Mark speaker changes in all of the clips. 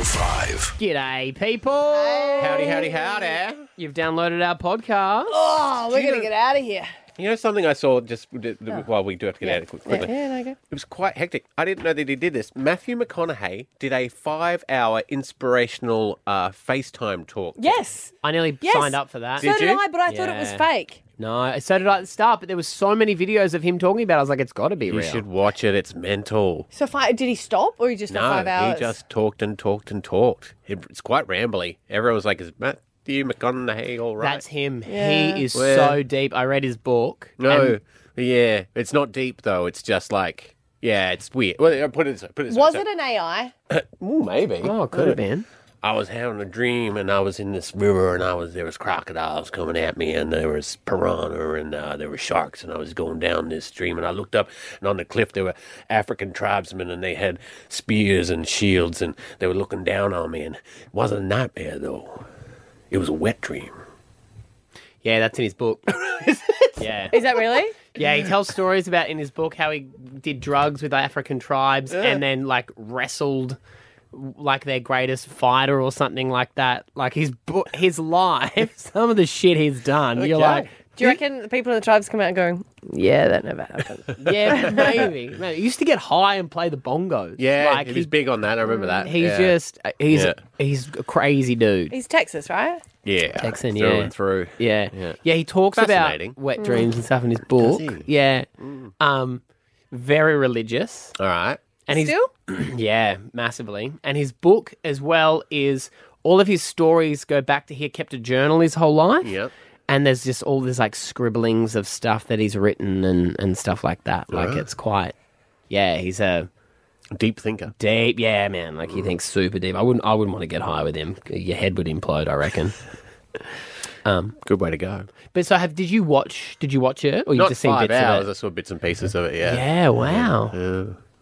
Speaker 1: Dave.
Speaker 2: G'day, people.
Speaker 1: Howdy, howdy, howdy.
Speaker 2: You've downloaded our podcast.
Speaker 3: Oh, we're going to get out of here.
Speaker 1: You know something I saw just well, we do have to get out of it quick- quickly.
Speaker 2: Yeah, there you
Speaker 1: It was quite hectic. I didn't know that he did this. Matthew McConaughey did a five-hour inspirational uh, FaceTime talk.
Speaker 3: Yes.
Speaker 2: I nearly
Speaker 3: Yes.
Speaker 2: signed up for that.
Speaker 1: Did
Speaker 3: so did
Speaker 1: you?
Speaker 3: I, but I thought it was
Speaker 2: Yeah.
Speaker 3: fake.
Speaker 2: No, so did I at the start, but there was so many videos of him talking about it. I was like, it's got to be
Speaker 1: You
Speaker 2: real.
Speaker 1: should watch it. It's mental.
Speaker 3: So fi- did he stop or he just for
Speaker 1: No,
Speaker 3: five hours?
Speaker 1: he just talked and talked and talked. It- It's quite rambly. Everyone was like, "Is Matthew McConaughey all right?"
Speaker 2: That's him.
Speaker 3: Yeah.
Speaker 2: He is
Speaker 1: Where-
Speaker 2: so deep. I read his book.
Speaker 1: no, yeah, it's not deep though. It's just like, yeah, it's weird. Well, put it this way. Put it this way.
Speaker 3: Was
Speaker 1: So-
Speaker 3: it an AI?
Speaker 1: Ooh, maybe.
Speaker 2: Oh, it could have been.
Speaker 1: I was having a dream, and I was in this river, and I was there was crocodiles coming at me, and there was piranha, and uh, there were sharks, and I was going down this stream, and I looked up, and on the cliff there were African tribesmen, and they had spears and shields, and they were looking down on me, and it wasn't a nightmare though, it was a wet dream.
Speaker 2: Yeah, that's in his book. yeah.
Speaker 3: Is that really?
Speaker 2: Yeah, he tells stories about in his book how he did drugs with African tribes and then like wrestled like their greatest fighter or something like that. Like his book, his life, some of the shit he's done. You're
Speaker 1: Okay.
Speaker 2: like,
Speaker 3: Do you reckon the people in the tribes come out going, yeah, that never happened?
Speaker 2: yeah, maybe. maybe. He used to get high and play the bongos.
Speaker 1: Yeah,
Speaker 2: like
Speaker 1: he was
Speaker 2: he-
Speaker 1: big on that. I remember that.
Speaker 2: He's
Speaker 1: yeah.
Speaker 2: just he's
Speaker 1: Yeah.
Speaker 2: he's a crazy dude.
Speaker 3: He's Texas, right?
Speaker 1: yeah,
Speaker 2: Texan,
Speaker 1: through
Speaker 2: yeah.
Speaker 1: and through.
Speaker 2: Yeah.
Speaker 1: Yeah.
Speaker 2: yeah. he talks about
Speaker 1: Fascinating.
Speaker 2: wet dreams and stuff in his book.
Speaker 1: he? Mm.
Speaker 2: Yeah. Um very religious.
Speaker 1: All right,
Speaker 2: And he's
Speaker 3: Still?
Speaker 2: Yeah, massively. And his book as well is all of his stories go back to he kept a journal his whole life.
Speaker 1: Yep.
Speaker 2: And there's just all this like scribblings of stuff that he's written and, and stuff like that. Like it's quite yeah, he's a
Speaker 1: deep thinker. Mm.
Speaker 2: deep yeah, man. Like he thinks super deep. I wouldn't I wouldn't want to get high with him. Your head would implode, I reckon.
Speaker 1: Good way to go.
Speaker 2: Um, but so have did you watch did Oh, you watch it? Or you've
Speaker 1: Not
Speaker 2: just seen
Speaker 1: five
Speaker 2: bits
Speaker 1: hours.
Speaker 2: of
Speaker 1: I
Speaker 2: it?
Speaker 1: saw bits and pieces of it.
Speaker 2: Yeah, wow.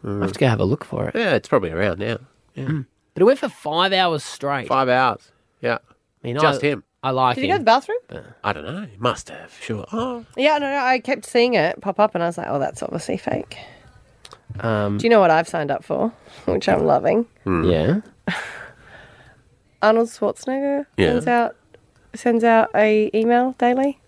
Speaker 2: I have to go have a look for it.
Speaker 1: yeah it's probably around now.
Speaker 2: But it went for five hours straight.
Speaker 1: Five hours. Yeah.
Speaker 2: I mean,
Speaker 1: just
Speaker 2: I,
Speaker 1: him.
Speaker 2: I like
Speaker 3: Did he
Speaker 2: him. Uh,
Speaker 3: go to the bathroom?
Speaker 1: I don't know. Must have. Sure. Oh.
Speaker 3: Yeah, no, no. I kept seeing it pop up and I was like, oh, that's obviously fake.
Speaker 2: Um,
Speaker 3: Do you know what I've signed up for? Which I'm loving.
Speaker 1: Hmm.
Speaker 2: yeah.
Speaker 3: Arnold Schwarzenegger
Speaker 1: Yeah.
Speaker 3: sends out sends out a email daily.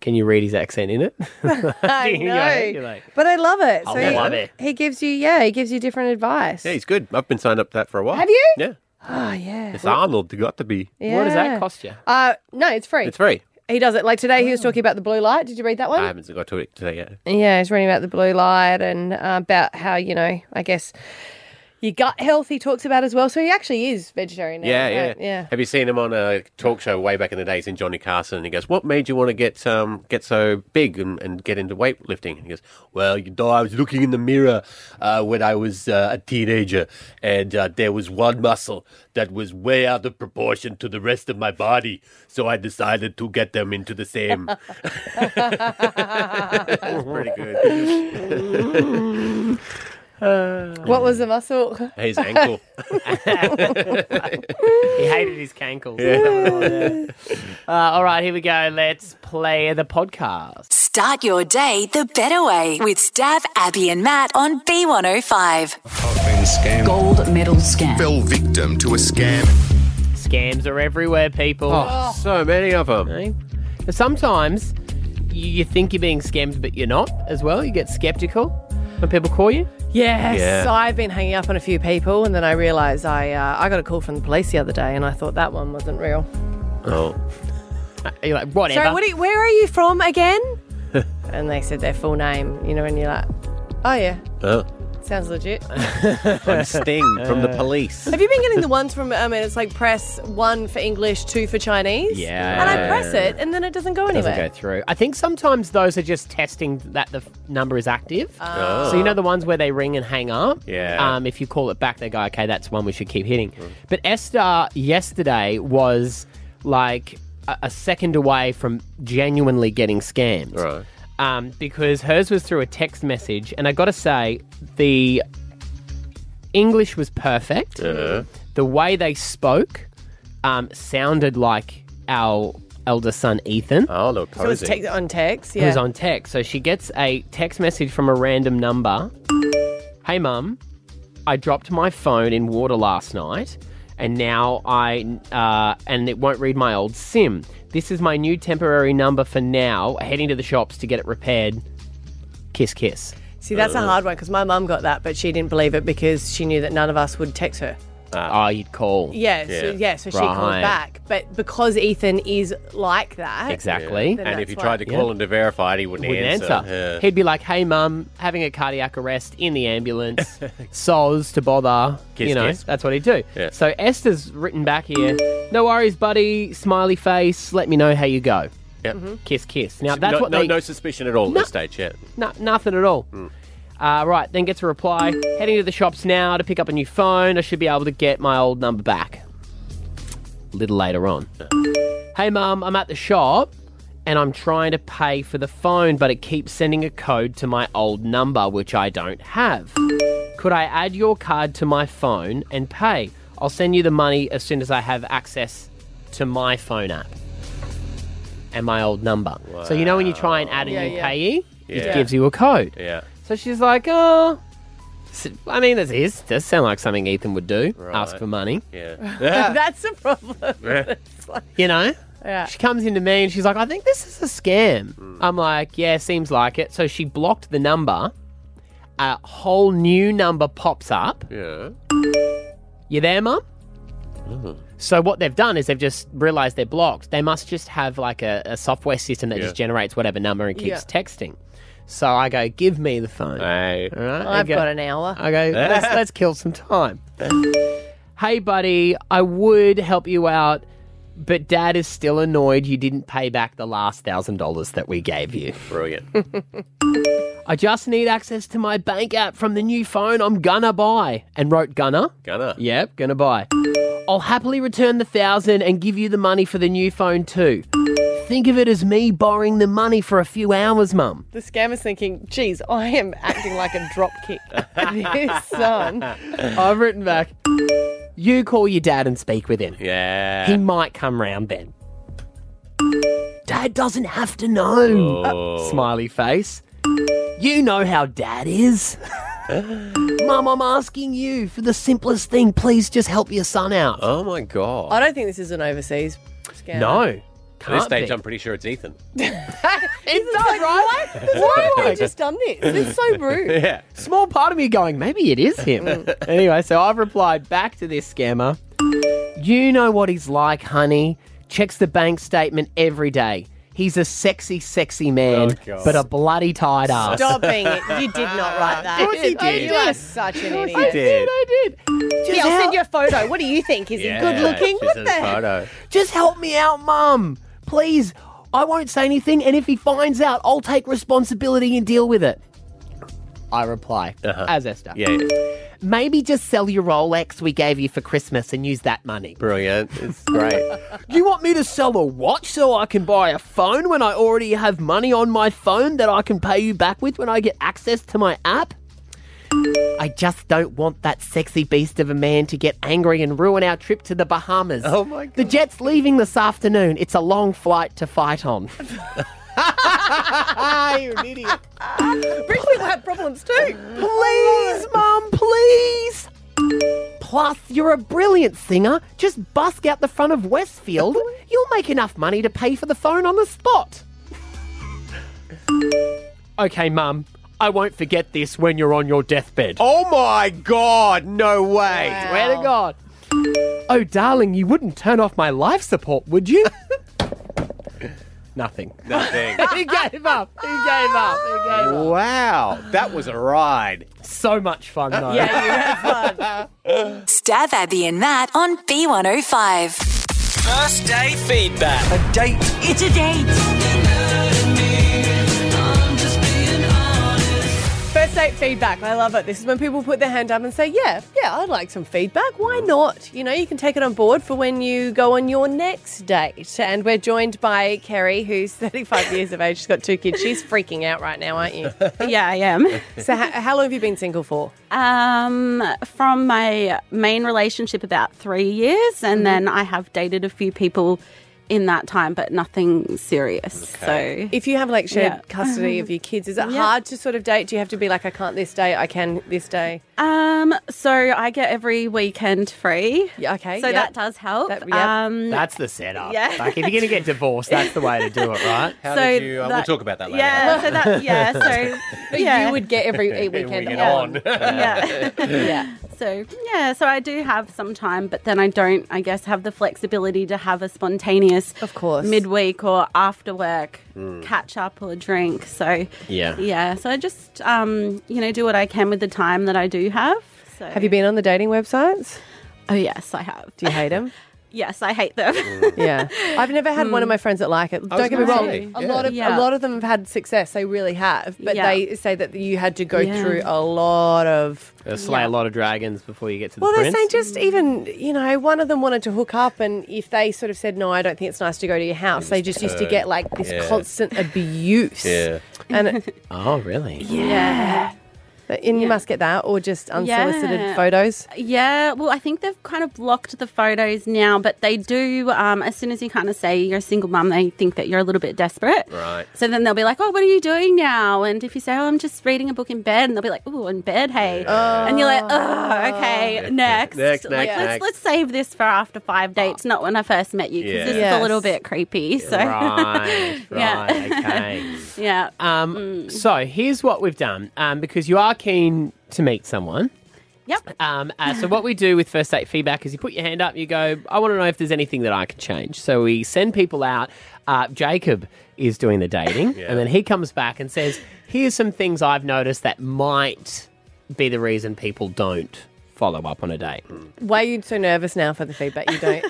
Speaker 2: Can you read his accent in it?
Speaker 3: I
Speaker 2: You're like- you're
Speaker 3: know,
Speaker 2: like-
Speaker 3: but I love it. So
Speaker 2: I
Speaker 3: he,
Speaker 2: love it.
Speaker 3: He gives you, yeah, he gives you different advice.
Speaker 1: Yeah, he's good. I've been signed up to that for a while.
Speaker 3: Have you?
Speaker 1: Yeah.
Speaker 3: oh yeah.
Speaker 1: It's Arnold. You got to be.
Speaker 3: yeah.
Speaker 2: What does that cost you?
Speaker 3: Uh, no, it's free.
Speaker 1: It's free.
Speaker 3: He does it like today. He was talking about the blue light. Did you read that one?
Speaker 1: I haven't got to it today yet.
Speaker 3: Yeah, he's reading about the blue light and uh, about how you know, I guess your gut health. He talks about as well. So he actually is vegetarian. Now,
Speaker 1: Yeah, yeah,
Speaker 3: right? yeah.
Speaker 1: Have you seen him on a talk show way back in the days in Johnny Carson? And he goes, "What made you want to get um get so big and, and get into weightlifting?" And he goes, "Well, you know, I was looking in the mirror uh, when I was uh, a teenager, and uh, there was one muscle that was way out of proportion to the rest of my body, so I decided to get them into the same." That's pretty good.
Speaker 3: What was the muscle?
Speaker 1: His ankle.
Speaker 2: He hated his cankles. uh, all right, here we go. Let's play the podcast.
Speaker 4: Start your day the better way with Stab, Abby, and Matt on B105.
Speaker 5: Gold medal scam.
Speaker 6: fell victim to a scam.
Speaker 2: Scams are everywhere, people.
Speaker 1: Oh, so many of them.
Speaker 2: Okay? But Sometimes you, you think you're being scammed, but you're not as well. You get skeptical when people call you.
Speaker 3: Yes,
Speaker 1: Yeah.
Speaker 3: I've been hanging up on a few people, and then I realised I uh, I got a call from the police the other day, and I thought that one wasn't real.
Speaker 1: Oh,
Speaker 2: You're like, whatever.
Speaker 3: Sorry, what are you, where are you from again? and they said their full name, you know, and you're like, oh yeah,
Speaker 1: oh.
Speaker 3: sounds legit.
Speaker 1: I'm Sting from the police.
Speaker 3: Have you been getting the ones from? I mean, it's like press one for English, two for Chinese.
Speaker 2: Yeah.
Speaker 3: and I press it, and then it doesn't go anywhere.
Speaker 2: doesn't go through. I think sometimes those are just testing that the f- number is active. So you know the ones where they ring and hang up.
Speaker 1: Ah. Yeah. Mm.
Speaker 2: Um, if you call it back, they go, okay, that's one we should keep hitting. But Esther yesterday was like a, a second away from genuinely getting scammed.
Speaker 1: Right.
Speaker 2: Um, because hers was through a text message, and I got to say the English was perfect.
Speaker 1: Uh-huh.
Speaker 2: The way they spoke um, sounded like our elder son Ethan.
Speaker 1: Oh, look,
Speaker 3: So it's
Speaker 1: cozy.
Speaker 3: text on text.
Speaker 2: It
Speaker 3: Yeah.
Speaker 2: was on text. So she gets a text message from a random number. Hey mum, I dropped my phone in water last night and now I uh, and it won't read my old SIM. This is my new temporary number for now. Heading to the shops to get it repaired. Kiss, kiss.
Speaker 3: See, that's a hard one because my mum got that, but she didn't believe it because she knew that none of us would text her.
Speaker 2: oh, you'd call.
Speaker 3: Yeah, so, yeah, so she called
Speaker 2: Right.
Speaker 3: back. But because Ethan is like that,
Speaker 2: Exactly.
Speaker 3: Then
Speaker 1: And if
Speaker 3: that's
Speaker 1: you
Speaker 3: why.
Speaker 1: tried to call him to verify it, he wouldn't,
Speaker 2: Wouldn't answer.
Speaker 1: Yeah.
Speaker 2: He'd be like, "Hey, mum, having a cardiac arrest in the ambulance. Soz to bother.
Speaker 1: Kiss,
Speaker 2: you know,
Speaker 1: kiss.
Speaker 2: that's what he'd do."
Speaker 1: Yeah.
Speaker 2: So Esther's written back here. No worries, buddy. Smiley face. Let me know how you go.
Speaker 1: Yeah.
Speaker 3: Mm-hmm.
Speaker 2: Kiss, kiss. Now that's
Speaker 1: no,
Speaker 2: what
Speaker 1: no,
Speaker 2: they
Speaker 1: no suspicion at all at this stage yet.
Speaker 2: No, nothing at all.
Speaker 1: Hmm.
Speaker 2: Uh, right, then gets a reply. Heading to the shops now to pick up a new phone. I should be able to get my old number back. A little later on. Hey, mum, I'm at the shop and I'm trying to pay for the phone, but it keeps sending a code to my old number, which I don't have. Could I add your card to my phone and pay? I'll send you the money as soon as I have access to my phone app and my old number. So, you know, when you try and add a
Speaker 3: Yeah,
Speaker 2: new
Speaker 3: yeah.
Speaker 2: payee,
Speaker 1: Yeah.
Speaker 2: it gives you a code.
Speaker 1: Yeah.
Speaker 2: So she's like, oh. s- I mean, this is, does sound like something Ethan would do. Ask for money.
Speaker 1: Yeah.
Speaker 3: that's the problem.
Speaker 2: You know?
Speaker 3: Yeah.
Speaker 2: She comes into me and she's like, I think this is a scam. I'm like, yeah, seems like it. So she blocked the number. A whole new number pops up.
Speaker 1: yeah.
Speaker 2: You there, mum?
Speaker 1: Mm.
Speaker 2: So what they've done is they've just realised they're blocked. They must just have like a, a software system that
Speaker 1: Yeah.
Speaker 2: just generates whatever number and keeps
Speaker 3: Yeah.
Speaker 2: texting. So I go, give me the phone.
Speaker 1: Hey.
Speaker 2: All right, I
Speaker 3: I've
Speaker 2: go-
Speaker 3: got an hour.
Speaker 2: Okay, let's, let's kill some time. hey, buddy, I would help you out, but dad is still annoyed you didn't pay back the last thousand dollars that we gave you.
Speaker 1: Brilliant.
Speaker 2: I just need access to my bank app from the new phone I'm gonna buy. And wrote gonna.
Speaker 1: Gonna.
Speaker 2: Yep, gonna buy. I'll happily return the thousand and give you the money for the new phone too. Think of it as me borrowing the money for a few hours, mum.
Speaker 3: The scammer's thinking, geez, I am acting like a dropkick. this son.
Speaker 2: I've written back. You call your dad and speak with him.
Speaker 1: Yeah.
Speaker 2: He might come round then. Dad doesn't have to know.
Speaker 1: Oh.
Speaker 2: Smiley face. You know how dad is. Mum, I'm asking you for the simplest thing. Please just help your son out.
Speaker 1: oh my god.
Speaker 3: I don't think this is an overseas scam.
Speaker 2: no.
Speaker 1: At this
Speaker 2: Can't
Speaker 1: stage,
Speaker 2: be.
Speaker 1: I'm pretty sure it's Ethan.
Speaker 2: It does, right?
Speaker 3: Why have I just done this? It's so rude. Mm.
Speaker 1: Yeah.
Speaker 2: Small part of me going, maybe it is him. anyway, so I've replied back to this scammer. You know what he's like, honey. Checks the bank statement every day. He's a sexy, sexy man,
Speaker 1: Oh, God.
Speaker 2: but a bloody tired ass.
Speaker 3: Stop being it. You did not write that.
Speaker 2: Of course he
Speaker 3: Oh,
Speaker 2: did.
Speaker 3: You are such an idiot.
Speaker 2: I did, I did. Just,
Speaker 3: Yeah, I'll
Speaker 2: help,
Speaker 3: send you a photo. What do you think? Is
Speaker 1: Yeah,
Speaker 3: he good looking?
Speaker 1: she
Speaker 3: What
Speaker 1: says
Speaker 3: the heck?
Speaker 1: photo.
Speaker 2: just help me out, mum. Please. I won't say anything, and if he finds out, I'll take responsibility and deal with it. I reply, as Esther.
Speaker 1: Uh-huh. Yeah. yeah.
Speaker 2: Maybe just sell your Rolex we gave you for Christmas and use that money.
Speaker 1: Brilliant. It's great.
Speaker 2: You want me to sell a watch so I can buy a phone when I already have money on my phone that I can pay you back with when I get access to my app? I just don't want that sexy beast of a man to get angry and ruin our trip to the Bahamas.
Speaker 1: Oh my God.
Speaker 2: The jet's leaving this afternoon. It's a long flight to fight on. You're an idiot.
Speaker 3: Rich people have problems too.
Speaker 2: Please, Mum, please. Plus, you're a brilliant singer. Just busk out the front of Westfield. You'll make enough money to pay for the phone on the spot. okay, Mum. I won't forget this when you're on your deathbed.
Speaker 1: oh my god. No way.
Speaker 2: Swear to God. Oh, darling, you wouldn't turn off my life support, would you? Nothing.
Speaker 1: Nothing.
Speaker 2: he gave up. He gave up. He gave up.
Speaker 1: wow. That was a ride.
Speaker 2: So much fun, though.
Speaker 3: Yeah, you have fun.
Speaker 4: Stab Abby and Matt on B105.
Speaker 7: First day feedback. A date.
Speaker 4: It's a date.
Speaker 3: First date feedback. I love it. This is when people put their hand up and say, Yeah, yeah, I'd like some feedback. Why
Speaker 8: Mm.
Speaker 3: not? You know, you can take it on board for when you go on your next date. And we're joined by Kerry, who's 35 years of age. She's got two kids. She's freaking out right now, aren't you?
Speaker 8: Yeah, I am.
Speaker 3: So, h- how long have you been single for?
Speaker 8: Um, from
Speaker 2: Mm-hmm.
Speaker 8: my main relationship, about three years, and then I have dated a few people in that time, but nothing serious. So
Speaker 3: If you have like shared
Speaker 8: Yeah.
Speaker 3: custody of your kids, is it hard to sort of date? Do you have to be like, I can't this day, I can this day?
Speaker 8: Um, so I get every weekend free.
Speaker 3: Yeah, okay,
Speaker 8: So
Speaker 3: yep.
Speaker 8: that does help.
Speaker 3: That- yep.
Speaker 8: Um,
Speaker 2: That's the setup.
Speaker 8: Yeah.
Speaker 2: Like, if you're going to get divorced, that's the way to do it, right?
Speaker 1: How
Speaker 8: so
Speaker 1: did you? Uh, we'll
Speaker 8: that-
Speaker 1: talk about that later.
Speaker 8: yeah. So that yeah. So
Speaker 3: But
Speaker 8: yeah,
Speaker 3: you would get every eight weekend
Speaker 1: Weekend
Speaker 3: off.
Speaker 1: on.
Speaker 8: yeah.
Speaker 3: Yeah.
Speaker 8: So yeah. So I do have some time, but then I don't. I guess have the flexibility to have a spontaneous,
Speaker 3: Of course.
Speaker 8: midweek or after work catch up or drink. So
Speaker 2: Yeah.
Speaker 8: yeah. So I just um, you know do what I can with the time that I do have. So
Speaker 3: Have you been on the dating websites?
Speaker 8: Oh yes, I have.
Speaker 3: Do you hate them?
Speaker 8: Yes, I hate them.
Speaker 3: Mm. yeah, I've never had
Speaker 8: Hmm.
Speaker 3: one of my friends that like it. Don't get me
Speaker 1: gonna
Speaker 3: wrong.
Speaker 1: say,
Speaker 3: A
Speaker 1: yeah.
Speaker 3: lot of a
Speaker 8: Yeah.
Speaker 3: lot of them have had success. They really have, but
Speaker 8: Yeah.
Speaker 3: they say that you had to go
Speaker 8: Yeah.
Speaker 3: through a lot of.
Speaker 2: They'll slay a lot of dragons before you get to the
Speaker 3: Well, they're
Speaker 2: prince.
Speaker 3: saying just even you know one of them wanted to hook up, and if they sort of said no, I don't think it's nice to go to your house. They just used to get like this
Speaker 1: Yeah.
Speaker 3: constant abuse.
Speaker 1: Yeah.
Speaker 3: and it,
Speaker 2: oh, really?
Speaker 8: yeah.
Speaker 3: and you must get that, or just unsolicited
Speaker 8: Yeah.
Speaker 3: photos.
Speaker 8: Yeah, well, I think they've kind of blocked the photos now, but they do. Um, as soon as you kind of say you're a single mum, they think that you're a little bit desperate.
Speaker 1: Right.
Speaker 8: So then they'll be like, "Oh, what are you doing now?" And if you say, "Oh, I'm just reading a book in bed," and they'll be like, "Oh, in bed, hey," and you're like, "Oh, okay, next,
Speaker 1: Next,
Speaker 8: like,
Speaker 1: next,
Speaker 8: let's
Speaker 1: next.
Speaker 8: let's save this for after five dates, not when I first met you, because
Speaker 1: Yeah.
Speaker 8: this is
Speaker 3: Yes.
Speaker 8: a little bit creepy." So
Speaker 2: Right, right,
Speaker 8: Yeah.
Speaker 2: okay.
Speaker 8: yeah,
Speaker 2: Um, So here's what we've done um, because you are keen to meet someone.
Speaker 8: yep,
Speaker 2: Um, uh, so what we do with first date feedback is you put your hand up, you go, I want to know if there's anything that I can change. So we send people out. Uh, Jacob is doing the dating, and then he comes back and says, "Here's some things I've noticed that might be the reason people don't follow up on a date."
Speaker 3: Why are you so nervous now for the feedback? You don't.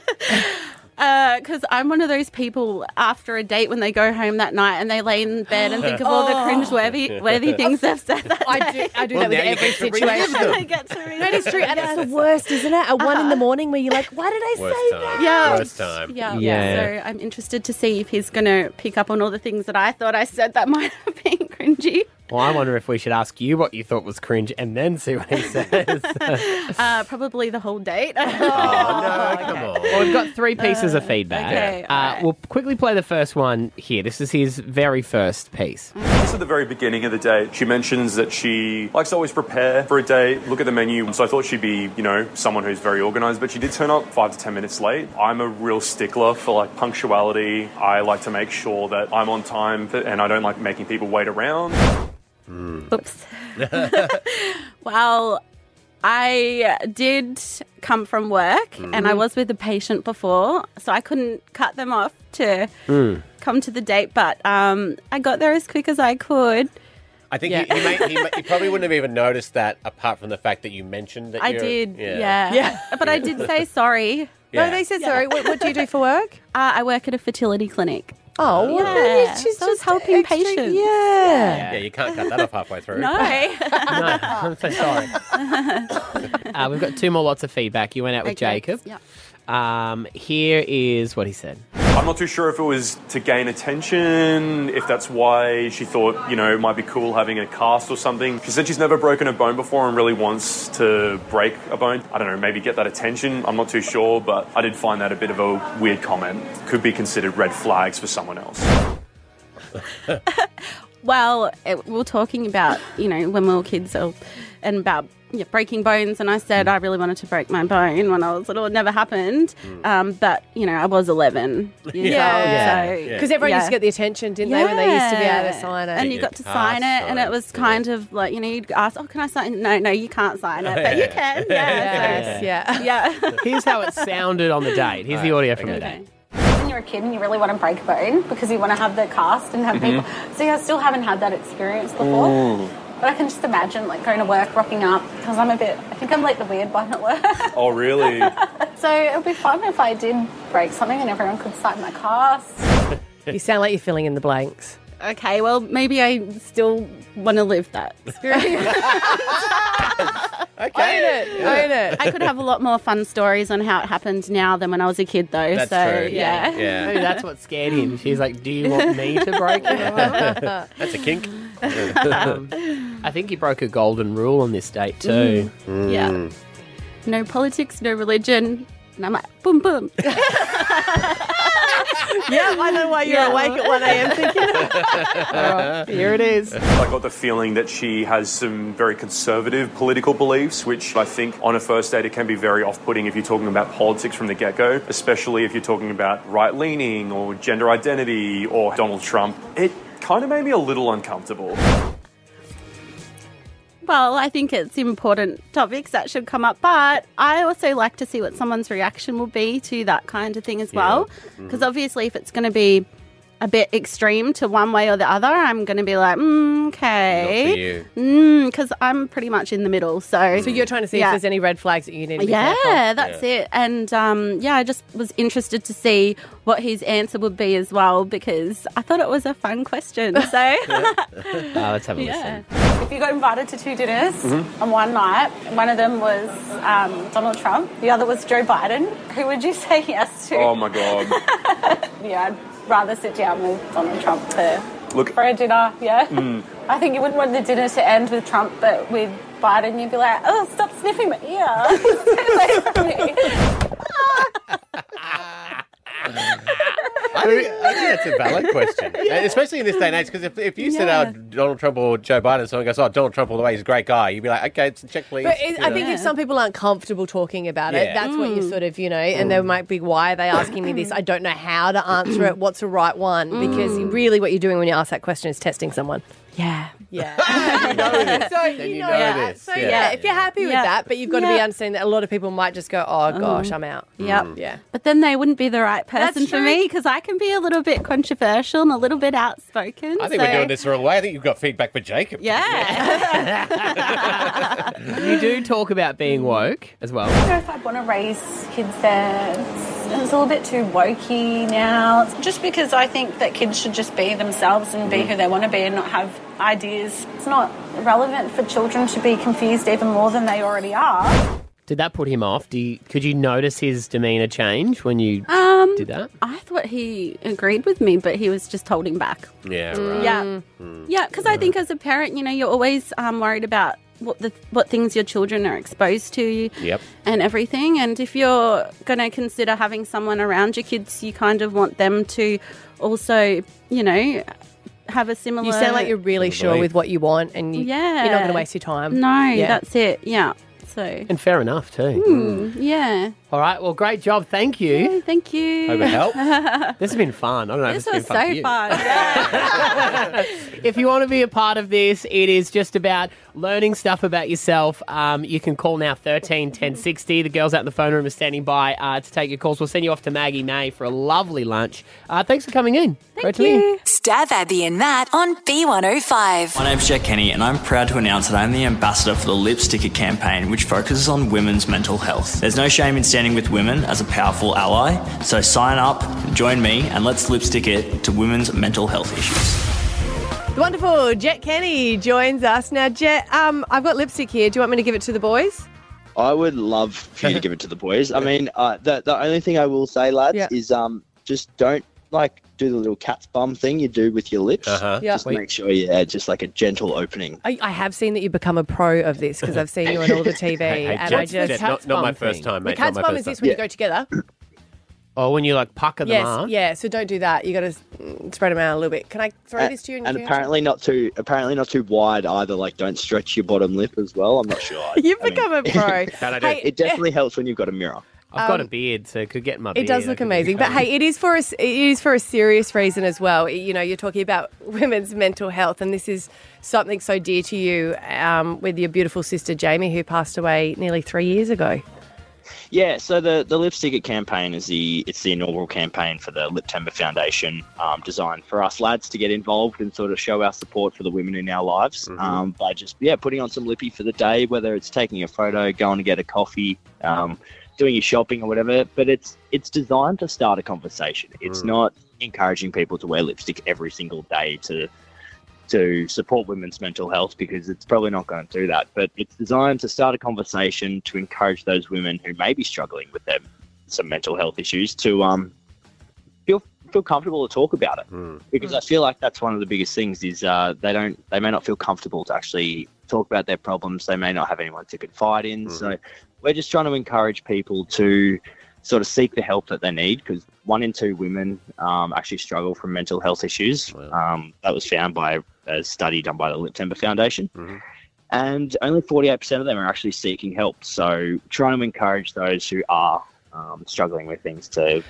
Speaker 8: because Uh, I'm one of those people after a date when they go home that night and they lay in bed and think of all the cringeworthy worthy things they've said that
Speaker 3: I do. I do
Speaker 1: Well,
Speaker 3: that with
Speaker 1: now you
Speaker 3: every
Speaker 1: get to relive
Speaker 3: situation.
Speaker 1: them.
Speaker 8: I get to read
Speaker 3: That is true, and it's the worst, isn't it? At one in the morning, where you're like, "Why did I
Speaker 1: Worst
Speaker 3: say that?"
Speaker 1: time.
Speaker 8: Yeah.
Speaker 1: Worst uh, time.
Speaker 8: Yeah.
Speaker 2: Yeah.
Speaker 8: So I'm interested to see if he's going to pick up on all the things that I thought I said that might have been cringy.
Speaker 2: Well, I wonder if we should ask you what you thought was cringe, and then see what he says.
Speaker 8: Uh, probably the whole date.
Speaker 1: Oh, no, come on.
Speaker 2: Well, we've got three pieces of feedback.
Speaker 8: okay,
Speaker 2: uh,
Speaker 8: alright.
Speaker 2: We'll quickly play the first one here. This is his very first piece.
Speaker 9: Just at the very beginning of the date, she mentions that she likes to always prepare for a date, look at the menu. So I thought she'd be, you know, someone who's very organized, but she did turn up five to ten minutes late. I'm a real stickler for like punctuality. I like to make sure that I'm on time for- and I don't like making people wait around.
Speaker 8: Oops. well, I did come from work and
Speaker 1: Mm-hmm.
Speaker 8: I was with a patient before, so I couldn't cut them off to come to the date, but um, I got there as quick as I could.
Speaker 1: I think
Speaker 2: Yeah.
Speaker 1: he, he, may, he, may, he probably wouldn't have even noticed that, apart from the fact that you mentioned that.
Speaker 8: I
Speaker 1: you're-
Speaker 8: did, yeah.
Speaker 3: Yeah.
Speaker 8: But I did say sorry.
Speaker 1: Yeah.
Speaker 3: No, they said sorry. What, what do you do for work?
Speaker 8: Uh, I work at a fertility clinic.
Speaker 3: Oh, well, maybe
Speaker 8: Yeah,
Speaker 3: she's
Speaker 8: so I was
Speaker 3: just
Speaker 8: helping
Speaker 3: extra-
Speaker 8: patients.
Speaker 3: Yeah.
Speaker 1: Yeah, you can't cut that off halfway through.
Speaker 8: No.
Speaker 2: No, I'm so sorry. uh, we've got two more lots of feedback. You went out with Jacob.
Speaker 8: Yeah.
Speaker 2: Um, here is what he said.
Speaker 9: I'm not too sure if it was to gain attention, if that's why she thought, you know, it might be cool having a cast or something. She said she's never broken a bone before and really wants to break a bone. I don't know, maybe get that attention. I'm not too sure, but I did find that a bit of a weird comment. Could be considered red flags for someone else.
Speaker 8: Well, it, we were talking about, you know, when we were kids so, and about yeah, breaking bones. And I
Speaker 1: Mm.
Speaker 8: said I really wanted to break my bone when I was little. It never happened.
Speaker 1: Mm.
Speaker 8: Um, but, you know, I was 11 years
Speaker 3: Yeah.
Speaker 8: old. So,
Speaker 3: Because everyone used to get the attention, didn't they, when they used to be able to sign it?
Speaker 8: And you
Speaker 1: you
Speaker 8: got to
Speaker 1: can't
Speaker 8: sign it, and
Speaker 1: sign
Speaker 8: it was
Speaker 1: it.
Speaker 8: kind of like, you know, you'd ask, oh, can I sign? No, no, you can't sign it, but you can. Yeah.
Speaker 3: yes, yeah.
Speaker 8: so- Yeah.
Speaker 2: Here's how it sounded on the date. Here's the audio from the
Speaker 8: Okay.
Speaker 2: date.
Speaker 10: when you're a kid and you really want to break a bone because you want to have the cast and have
Speaker 1: Mm-hmm.
Speaker 10: people. So yeah, I still haven't had that experience
Speaker 1: Mm.
Speaker 10: before. But I can just imagine like going to work, rocking up because I'm a bit. I think I'm like the weird one at work.
Speaker 9: Oh, really?
Speaker 10: so it would be fun if I did break something and everyone could sign my cast.
Speaker 3: You sound like you're filling in the blanks.
Speaker 8: Okay, well, maybe I still want to live that experience.
Speaker 1: Okay.
Speaker 3: Own it.
Speaker 8: I could have a lot more fun stories on how it happened now than when I was a kid, though.
Speaker 1: That's
Speaker 8: so,
Speaker 1: true.
Speaker 8: yeah.
Speaker 1: Yeah.
Speaker 2: Maybe that's what scared him. She's like, "Do you want me to break it?"
Speaker 1: That's a kink.
Speaker 2: Um, I think he broke a golden rule on this date too.
Speaker 8: Mm. Yeah. No politics, no religion. And I'm like, boom, boom.
Speaker 3: yeah, I know why you're
Speaker 8: Yeah.
Speaker 3: awake at 1 a.m. thinking.
Speaker 2: here it is.
Speaker 9: I got the feeling that she has some very conservative political beliefs, which I think on a first date it can be very off putting if you're talking about politics from the get go, especially if you're talking about right leaning or gender identity or Donald Trump. It kind of made me a little uncomfortable.
Speaker 8: Well, I think it's important topics that should come up, but I also like to see what someone's reaction will be to that kind of thing as well.
Speaker 3: Mm-hmm.
Speaker 8: Because obviously, if it's going to be a bit extreme to one way or the other, I'm going to be like, mm, okay. Because I'm pretty much in the middle. So,
Speaker 3: So you're trying to see
Speaker 8: Yeah.
Speaker 3: if there's any red flags that you need to be
Speaker 8: Uh, yeah,
Speaker 3: careful.
Speaker 8: that's it. And um, yeah, I just was interested to see what his answer would be as well because I thought it was a fun question. So,
Speaker 1: Mm.
Speaker 2: Uh, let's have a
Speaker 8: yeah.
Speaker 10: If you got invited to two dinners
Speaker 9: Mm-hmm.
Speaker 10: on one night, one of them was um, Donald Trump, the other was Joe Biden, who would you say yes to?
Speaker 9: Oh my god.
Speaker 10: Yeah, I'd rather sit down with Donald Trump to,
Speaker 9: Look,
Speaker 10: for a dinner, yeah?
Speaker 9: Mm.
Speaker 10: I think you wouldn't want the dinner to end with Trump, but with Biden, you'd be like, oh, stop sniffing my ear. Stay away from me."
Speaker 1: I think, I think that's a valid question, And especially in this day and age. Because if, if you said
Speaker 8: Yeah.
Speaker 1: out Donald Trump or Joe Biden, someone goes, "Oh, Donald Trump all the way, he's a great guy," you'd be like, "Okay, it's a check, please."
Speaker 3: But it,
Speaker 1: You
Speaker 3: I
Speaker 1: know?
Speaker 3: think if some people aren't comfortable talking about
Speaker 1: Yeah. Mm.
Speaker 3: it, that's what
Speaker 8: Mm.
Speaker 3: you sort of, you know, and there might be why are they asking me this? I don't know how to answer it. What's the right one? Because
Speaker 1: Mm.
Speaker 3: really, what you're doing when you ask that question is testing someone.
Speaker 8: Yeah.
Speaker 3: Yeah.
Speaker 1: You know this.
Speaker 3: so you
Speaker 1: you
Speaker 3: know,
Speaker 1: know
Speaker 3: that.
Speaker 1: this.
Speaker 3: So
Speaker 1: Yeah.
Speaker 3: yeah. if you're happy with
Speaker 8: Yeah.
Speaker 3: that, but you've got to be
Speaker 8: Yeah. Mm.
Speaker 3: understanding that a lot of people might just go, oh gosh, I'm out.
Speaker 8: Yep.
Speaker 3: Yeah.
Speaker 8: But then they wouldn't be the right
Speaker 3: That's
Speaker 8: person for
Speaker 3: true.
Speaker 8: me because I can be a little bit controversial and a little bit outspoken.
Speaker 1: I think
Speaker 8: so-
Speaker 1: we're doing this the wrong way. I think you've got feedback for Jacob.
Speaker 8: Yeah.
Speaker 2: You do talk about being woke as well.
Speaker 10: I don't know if I'd want to raise kids there. It's, it's a little bit too wokey now. Just because I think that kids should just be themselves and be who they want to be and not have ideas. It's not relevant for children to be confused even more than they already are.
Speaker 2: Did that put him off? Do you, could you notice his demeanor change when you
Speaker 8: Um,
Speaker 2: did that?
Speaker 8: I thought he agreed with me, but he was just holding back.
Speaker 1: Yeah, right.
Speaker 8: mm, Yeah.
Speaker 1: Hmm.
Speaker 8: Yeah, because I think as a parent, you know, you're always um, worried about what the what things your children are exposed to
Speaker 1: Yep.
Speaker 8: and everything. And if you're going to consider having someone around your kids, you kind of want them to also, you know, have a similar.
Speaker 3: You sound like you're really sure with what you want and you,
Speaker 8: Yeah.
Speaker 3: you're not going to waste your time.
Speaker 8: No,
Speaker 3: Yeah.
Speaker 8: that's it. Yeah. So,
Speaker 2: And fair enough, too.
Speaker 8: yeah.
Speaker 2: All right. Well, great job. Thank you.
Speaker 8: Hey, Hmm. thank you.
Speaker 1: Hope it helped.
Speaker 2: This has been fun. I don't know if
Speaker 8: This
Speaker 2: it's
Speaker 8: was
Speaker 1: been fun for
Speaker 8: so
Speaker 1: you.
Speaker 8: fun. Yeah.
Speaker 2: If you want to be a part of this, it is just about learning stuff about yourself. Um, you can call now 13 1060. The girls out in the phone room are standing by uh, to take your calls. We'll send you off to Maggie May for a lovely lunch. Uh, thanks for coming in. Great to meet you.
Speaker 4: Stab Abby and Matt on B105.
Speaker 11: My name's Jack Kenny, and I'm proud to announce that I'm the ambassador for the Lip Sticker campaign, which focuses on women's mental health. There's no shame in standing with women as a powerful ally, so sign up, join me, and let's lip stick it to women's mental health issues.
Speaker 3: The wonderful Jet Kenny joins us. Now, Jet, um, I've got lipstick here. Do you want me to give it to the boys?
Speaker 12: I would love for you to give it to the boys. I mean, uh, the the only thing I will say, lads,
Speaker 3: Yeah.
Speaker 12: is um, just don't like do the little cat's bum thing you do with your lips.
Speaker 1: Uh-huh.
Speaker 3: Yeah.
Speaker 12: Just make sure, yeah, just like a gentle opening.
Speaker 3: I, I have seen that you become a pro of this because I've seen you on all the TV.
Speaker 1: Hey, hey,
Speaker 3: and I
Speaker 1: Jet,
Speaker 3: just
Speaker 1: Jet, not, not my
Speaker 2: bum
Speaker 1: first
Speaker 2: thing.
Speaker 1: time,
Speaker 3: the
Speaker 1: mate.
Speaker 3: cat's
Speaker 1: not my
Speaker 3: bum
Speaker 1: first
Speaker 3: is this
Speaker 1: time.
Speaker 3: when you go together.
Speaker 2: Oh, when you like pucker them
Speaker 3: yes,
Speaker 2: up.
Speaker 3: yeah. So don't do that. You got to spread them out a little bit. Can I throw
Speaker 12: A-
Speaker 3: this to you?
Speaker 12: Uh, and
Speaker 3: you-
Speaker 12: apparently not too apparently not too wide either. Like, don't stretch your bottom lip as well. I'm not sure. I-
Speaker 3: you've
Speaker 12: I mean,
Speaker 3: become a pro.
Speaker 1: That I do.
Speaker 3: hey,
Speaker 12: it definitely helps when you've got a mirror.
Speaker 2: I've got a beard, so it could get in my
Speaker 3: Um, It does look amazing, but hey, it is for us. It is for a serious reason as well. You know, you're talking about women's mental health, and this is something so dear to you um, with your beautiful sister Jamie, who passed away nearly three years ago.
Speaker 12: Yeah, so the the Lip Sticker campaign is the it's the inaugural campaign for the Lip Timber Foundation, um, designed for us lads to get involved and sort of show our support for the women in our lives um, by just yeah putting on some lippy for the day, whether it's taking a photo, going to get a coffee, um, doing your shopping or whatever. But it's it's designed to start a conversation. It's not encouraging people to wear lipstick every single day to to support women's mental health because it's probably not going to do that. But it's designed to start a conversation to encourage those women who may be struggling with their some mental health issues to um feel feel comfortable to talk about it
Speaker 1: Hmm.
Speaker 12: because I feel like that's one of the biggest things is uh, they don't they may not feel comfortable to actually talk about their problems. They may not have anyone to confide in. So we're just trying to encourage people to sort of seek the help that they need because one in two women um, actually struggle from mental health issues. Um, that was found by a study done by the Lip Temper Foundation.
Speaker 13: Mm-hmm.
Speaker 12: And only 48% of them are actually seeking help. So trying to encourage those who are um, struggling with things to,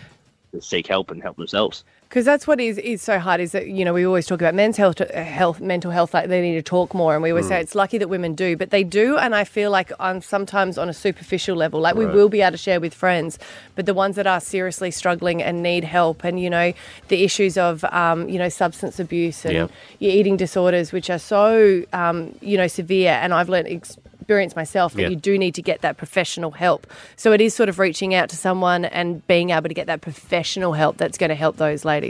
Speaker 12: to seek help and help themselves.
Speaker 3: Because that's what is, is so hard is that, you know, we always talk about men's health, uh, health mental health, like they need to talk more. And we always say
Speaker 13: Mm.
Speaker 3: it's lucky that women do, but they do. And I feel like on sometimes on a superficial level, like we
Speaker 13: Right.
Speaker 3: will be able to share with friends, but the ones that are seriously struggling and need help and, you know, the issues of, um, you know, substance abuse and
Speaker 13: Yeah.
Speaker 3: your eating disorders, which are so, um, you know, severe. And I've learned experience myself that
Speaker 13: Yeah.
Speaker 3: you do need to get that professional help. So it is sort of reaching out to someone and being able to get that professional help that's going to help those ladies.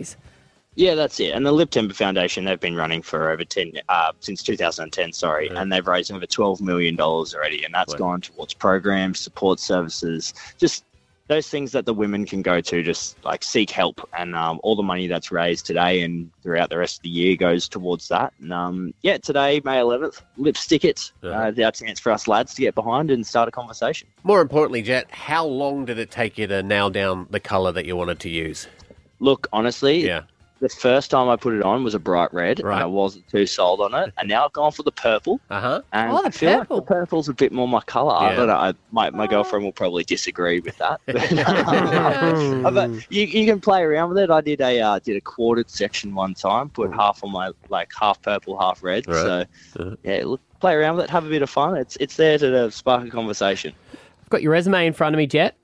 Speaker 12: Yeah, that's it. And the Lip Timber Foundation, they've been running for over 10, uh, since 2010, sorry, and they've raised over $12 million already. And that's
Speaker 11: Wow.
Speaker 12: gone towards programs, support services, just those things that the women can go to, just like seek help. And um, all the money that's raised today and throughout the rest of the year goes towards that. And um, yeah, today, May 11th, Lipstick It, uh, it's our chance for us lads to get behind and start a conversation.
Speaker 1: More importantly, Jet, how long did it take you to nail down the color that you wanted to use?
Speaker 12: Look, honestly,
Speaker 1: yeah.
Speaker 12: the first time I put it on was a bright red, and I wasn't too sold on it. And now I've gone for the purple.
Speaker 1: Uh huh.
Speaker 12: And
Speaker 1: Oh, the Oh.
Speaker 12: I feel like the purple's a bit more my colour. I
Speaker 1: Yeah.
Speaker 12: don't know. I, my, my girlfriend will probably disagree with that. uh, but you, you can play around with it. I did a uh, did a quartered section one time, put half on my like half purple, half red.
Speaker 1: Right. Uh-huh.
Speaker 12: So yeah, look, play around with it, have a bit of fun. It's it's there to uh, spark a conversation.
Speaker 2: I've got your resume in front of me, Jet.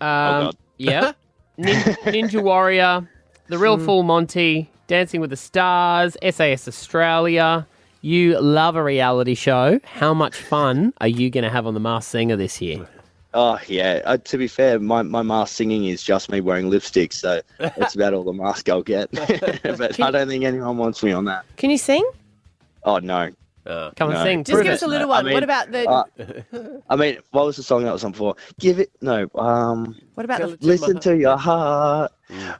Speaker 2: Um,
Speaker 12: Oh, God.
Speaker 2: Yeah. Ninja, Ninja Warrior, The Real
Speaker 3: Hmm.
Speaker 2: Full Monty, Dancing with the Stars, SAS Australia. You love a reality show. How much fun are you going to have on The Masked Singer this year?
Speaker 12: Oh yeah. Uh, to be fair, my my mask singing is just me wearing lipstick, so that's about all the mask I'll get. but I don't think anyone wants me on that.
Speaker 3: Can you sing?
Speaker 12: Oh no.
Speaker 2: Come and
Speaker 12: No.
Speaker 2: sing.
Speaker 3: Just give us a little
Speaker 12: No, I
Speaker 3: one. what
Speaker 12: mean-
Speaker 3: about the
Speaker 12: Uh, I mean, what was the song that was on before? Give it no. Um,
Speaker 3: What about Tell the- it to
Speaker 12: listen
Speaker 3: my-
Speaker 12: to your heart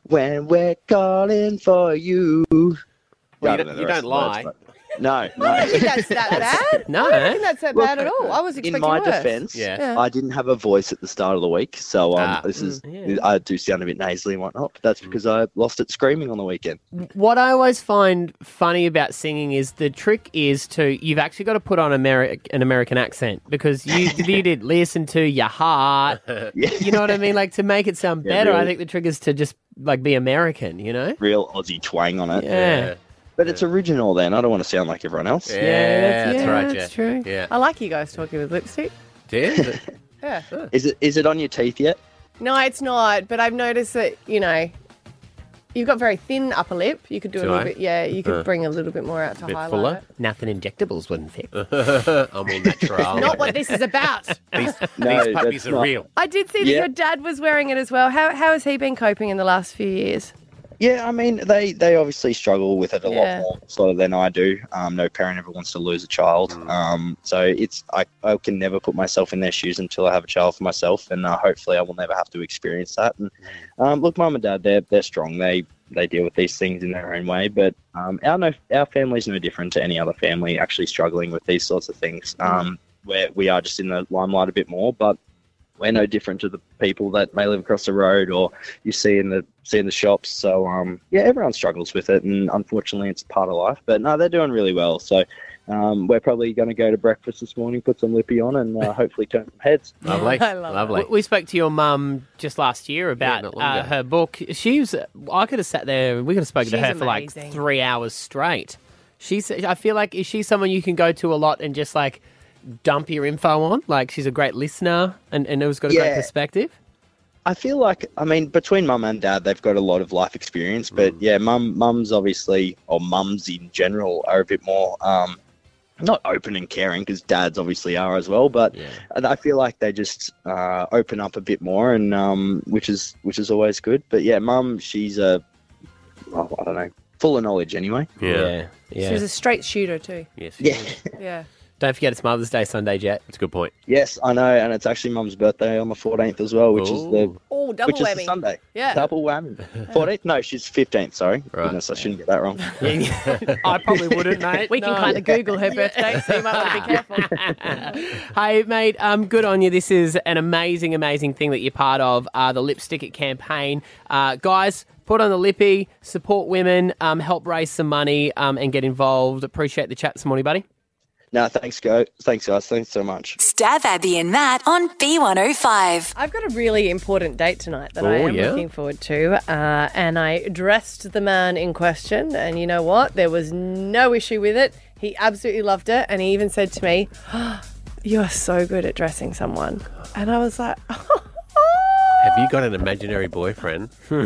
Speaker 12: when we're calling for you? Yeah,
Speaker 1: Well, you
Speaker 12: I
Speaker 1: don't,
Speaker 12: know the
Speaker 1: you
Speaker 12: rest
Speaker 1: don't
Speaker 12: of the
Speaker 1: lie.
Speaker 12: words, but- No, no.
Speaker 3: I don't think that's that bad.
Speaker 2: No.
Speaker 3: I don't think that's that
Speaker 12: Look,
Speaker 3: bad at all. I was expecting
Speaker 12: In my
Speaker 3: worse.
Speaker 12: defense,
Speaker 3: Yeah.
Speaker 12: I didn't have a voice at the start of the week, so um,
Speaker 3: Ah.
Speaker 12: this is
Speaker 2: Mm,
Speaker 12: I do sound a bit nasally and whatnot. But that's because I lost it screaming on the weekend.
Speaker 2: What I always find funny about singing is the trick is to you've actually got to put on Ameri- an American accent because you, you did listen to your heart. You know what I mean? Like to make it sound
Speaker 12: Yeah,
Speaker 2: better, I
Speaker 12: really.
Speaker 2: think the trick is to just like be American. You know?
Speaker 12: Real Aussie twang on it.
Speaker 2: Yeah. Yeah.
Speaker 12: But it's original then. I don't want to sound like everyone else.
Speaker 1: Yeah, Yeah, that's- that's yeah, right,
Speaker 3: that's true. I like you guys talking with lipstick.
Speaker 1: Did?
Speaker 3: Yeah.
Speaker 12: is it is it on your teeth yet?
Speaker 3: No, it's not. But I've noticed that you know, you've got very thin upper lip. You could do,
Speaker 2: Do
Speaker 3: a little
Speaker 2: I?
Speaker 3: bit. Yeah, you could
Speaker 2: Uh,
Speaker 3: bring a little bit more out to highlight. it.
Speaker 2: Nothing injectables wouldn't fix.
Speaker 1: I'm all natural.
Speaker 3: Not what this is about.
Speaker 1: These puppies
Speaker 12: that's
Speaker 1: are
Speaker 12: not-
Speaker 1: real.
Speaker 3: I did see that
Speaker 12: Yeah.
Speaker 3: your dad was wearing it as well. How, how has he been coping in the last few years?
Speaker 12: Yeah, I mean, they, they obviously struggle with it a
Speaker 3: Yeah.
Speaker 12: lot more sort of than I do. Um, no parent ever wants to lose a child. Um, so it's I, I can never put myself in their shoes until I have a child for myself, and uh, hopefully I will never have to experience that. And um, look, mum and dad, they're they're strong. They they deal with these things in their own way, but um, our no, our family's no different to any other family actually struggling with these sorts of things. Um, where we are just in the limelight a bit more, but we're no different to the people that may live across the road or you see in the see in the shops. So um, yeah, everyone struggles with it, and unfortunately, it's part of life. But no, they're doing really well. So um, we're probably going to go to breakfast this morning, put some lippy on, and uh, hopefully turn some heads.
Speaker 1: Lovely. I love Lovely.
Speaker 2: We, we spoke to your mum just last year about
Speaker 1: not long
Speaker 2: uh,
Speaker 1: ago.
Speaker 2: her book. She was. I could have sat there. We could have spoken to
Speaker 1: She's
Speaker 2: her for like
Speaker 1: amazing.
Speaker 2: three hours straight. She's. I feel like is she someone you can go to a lot and just like dump your info on? Like she's a great listener and and has got a great
Speaker 12: Yeah.
Speaker 2: perspective.
Speaker 12: I feel like I mean between mum and dad, they've got a lot of life experience. But yeah, mum mums obviously or mums in general are a bit more um, not open and caring because dads obviously are as well. But and I feel like they just uh, open up a bit more, and um, which is which is always good. But yeah, mum she's a oh, I don't know full of knowledge anyway.
Speaker 1: Yeah.
Speaker 3: She was a straight shooter too.
Speaker 1: Yes.
Speaker 12: Yeah.
Speaker 3: Yeah.
Speaker 2: Don't forget it's Mother's Day Sunday, Jet. It's
Speaker 1: a good point.
Speaker 12: Yes, I know, and it's actually Mum's birthday on the 14th as well, which is the
Speaker 3: Oh, double
Speaker 12: which is
Speaker 3: whammy.
Speaker 12: the Sunday.
Speaker 3: Yeah.
Speaker 12: double whammy. 14th? No, she's 15th. Sorry, goodness, I shouldn't get that wrong.
Speaker 2: I probably wouldn't, mate.
Speaker 3: We can
Speaker 2: No.
Speaker 3: kind of Google her birthday, so you might want to be careful.
Speaker 2: Hey, mate, um, good on you. This is an amazing, amazing thing that you're part of uh, the Lipstick It campaign. Uh, guys, put on the lippy, support women, um, help raise some money, um, and get involved. Appreciate the chat this morning, buddy.
Speaker 12: no, thanks, go. Thanks, guys. Thanks so much.
Speaker 4: Stab Abby and Matt on B105.
Speaker 3: I've got a really important date tonight that I
Speaker 4: Oh,
Speaker 3: am
Speaker 4: yeah?
Speaker 3: looking forward to. Uh, and I dressed the man in question, and you know what? There was no issue with it. He absolutely loved it, and he even said to me, You are so good at dressing someone. And I was like,
Speaker 1: Have you got an imaginary boyfriend?
Speaker 3: no,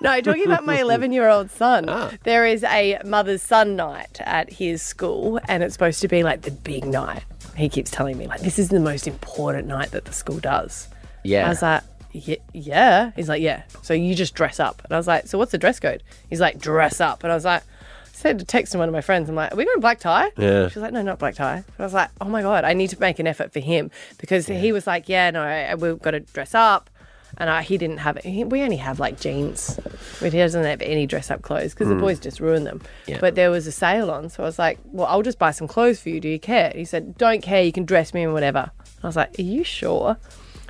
Speaker 3: talking about my 11 year old son, there is a mother's son night at his school, and it's supposed to be like the big night. He keeps telling me, like, this is the most important night that the school does.
Speaker 2: Yeah.
Speaker 3: I was like, "Ye- yeah. He's like, yeah. So you just dress up. And I was like, so what's the dress code? He's like, dress up. And I was like, I said to text one of my friends, I'm like, are we going black tie?
Speaker 13: Yeah.
Speaker 3: She's like, no, not black tie. And I was like, oh my God, I need to make an effort for him because he was like, yeah, no, I- we've got to dress up. And I, he didn't have it. He, we only have like jeans. He doesn't have any dress up clothes because the
Speaker 14: Mm.
Speaker 3: boys just ruin them.
Speaker 14: Yeah.
Speaker 3: But there was a sale on. So I was like, well, I'll just buy some clothes for you. Do you care? He said, don't care. You can dress me in whatever. I was like, are you sure?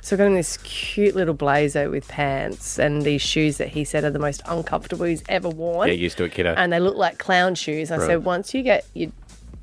Speaker 3: So I got him this cute little blazer with pants and these shoes that he said are the most uncomfortable he's ever worn.
Speaker 1: Get used to it, kiddo.
Speaker 3: And they look like clown shoes. I
Speaker 1: Right.
Speaker 3: said, once you get your,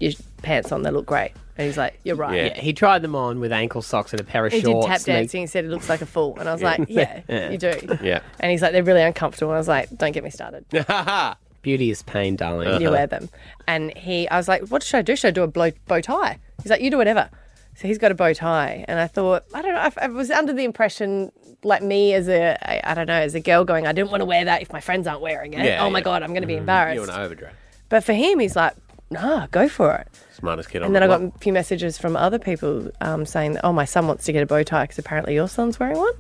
Speaker 3: your pants on, they look great. And he's like, you're right.
Speaker 2: Yeah. he tried them on with ankle socks and a pair of
Speaker 3: He did
Speaker 2: shorts.
Speaker 3: tap
Speaker 2: and they-
Speaker 3: dancing. He said, it looks like a fool. And I was like, yeah, you do.
Speaker 2: Yeah.
Speaker 3: And he's like, they're really uncomfortable. And I was like, don't get me started.
Speaker 2: Beauty is pain, darling.
Speaker 3: You wear them. And he, I was like, what should I do? Should I do a blow, bow tie? He's like, you do whatever. So he's got a bow tie. And I thought, I don't know, I, I was under the impression, like me as a, I, I don't know, as a girl going, I didn't want to wear that if my friends aren't wearing it.
Speaker 1: Yeah,
Speaker 3: oh my
Speaker 1: yeah.
Speaker 3: God, I'm going to be
Speaker 1: You
Speaker 3: embarrassed.
Speaker 1: want to overdress?
Speaker 3: But for him, he's like, nah, go for it.
Speaker 1: Smartest kid on
Speaker 3: And
Speaker 1: the
Speaker 3: then I got
Speaker 1: block.
Speaker 3: a few messages from other people um, saying, oh, my son wants to get a bow tie because apparently your son's wearing one.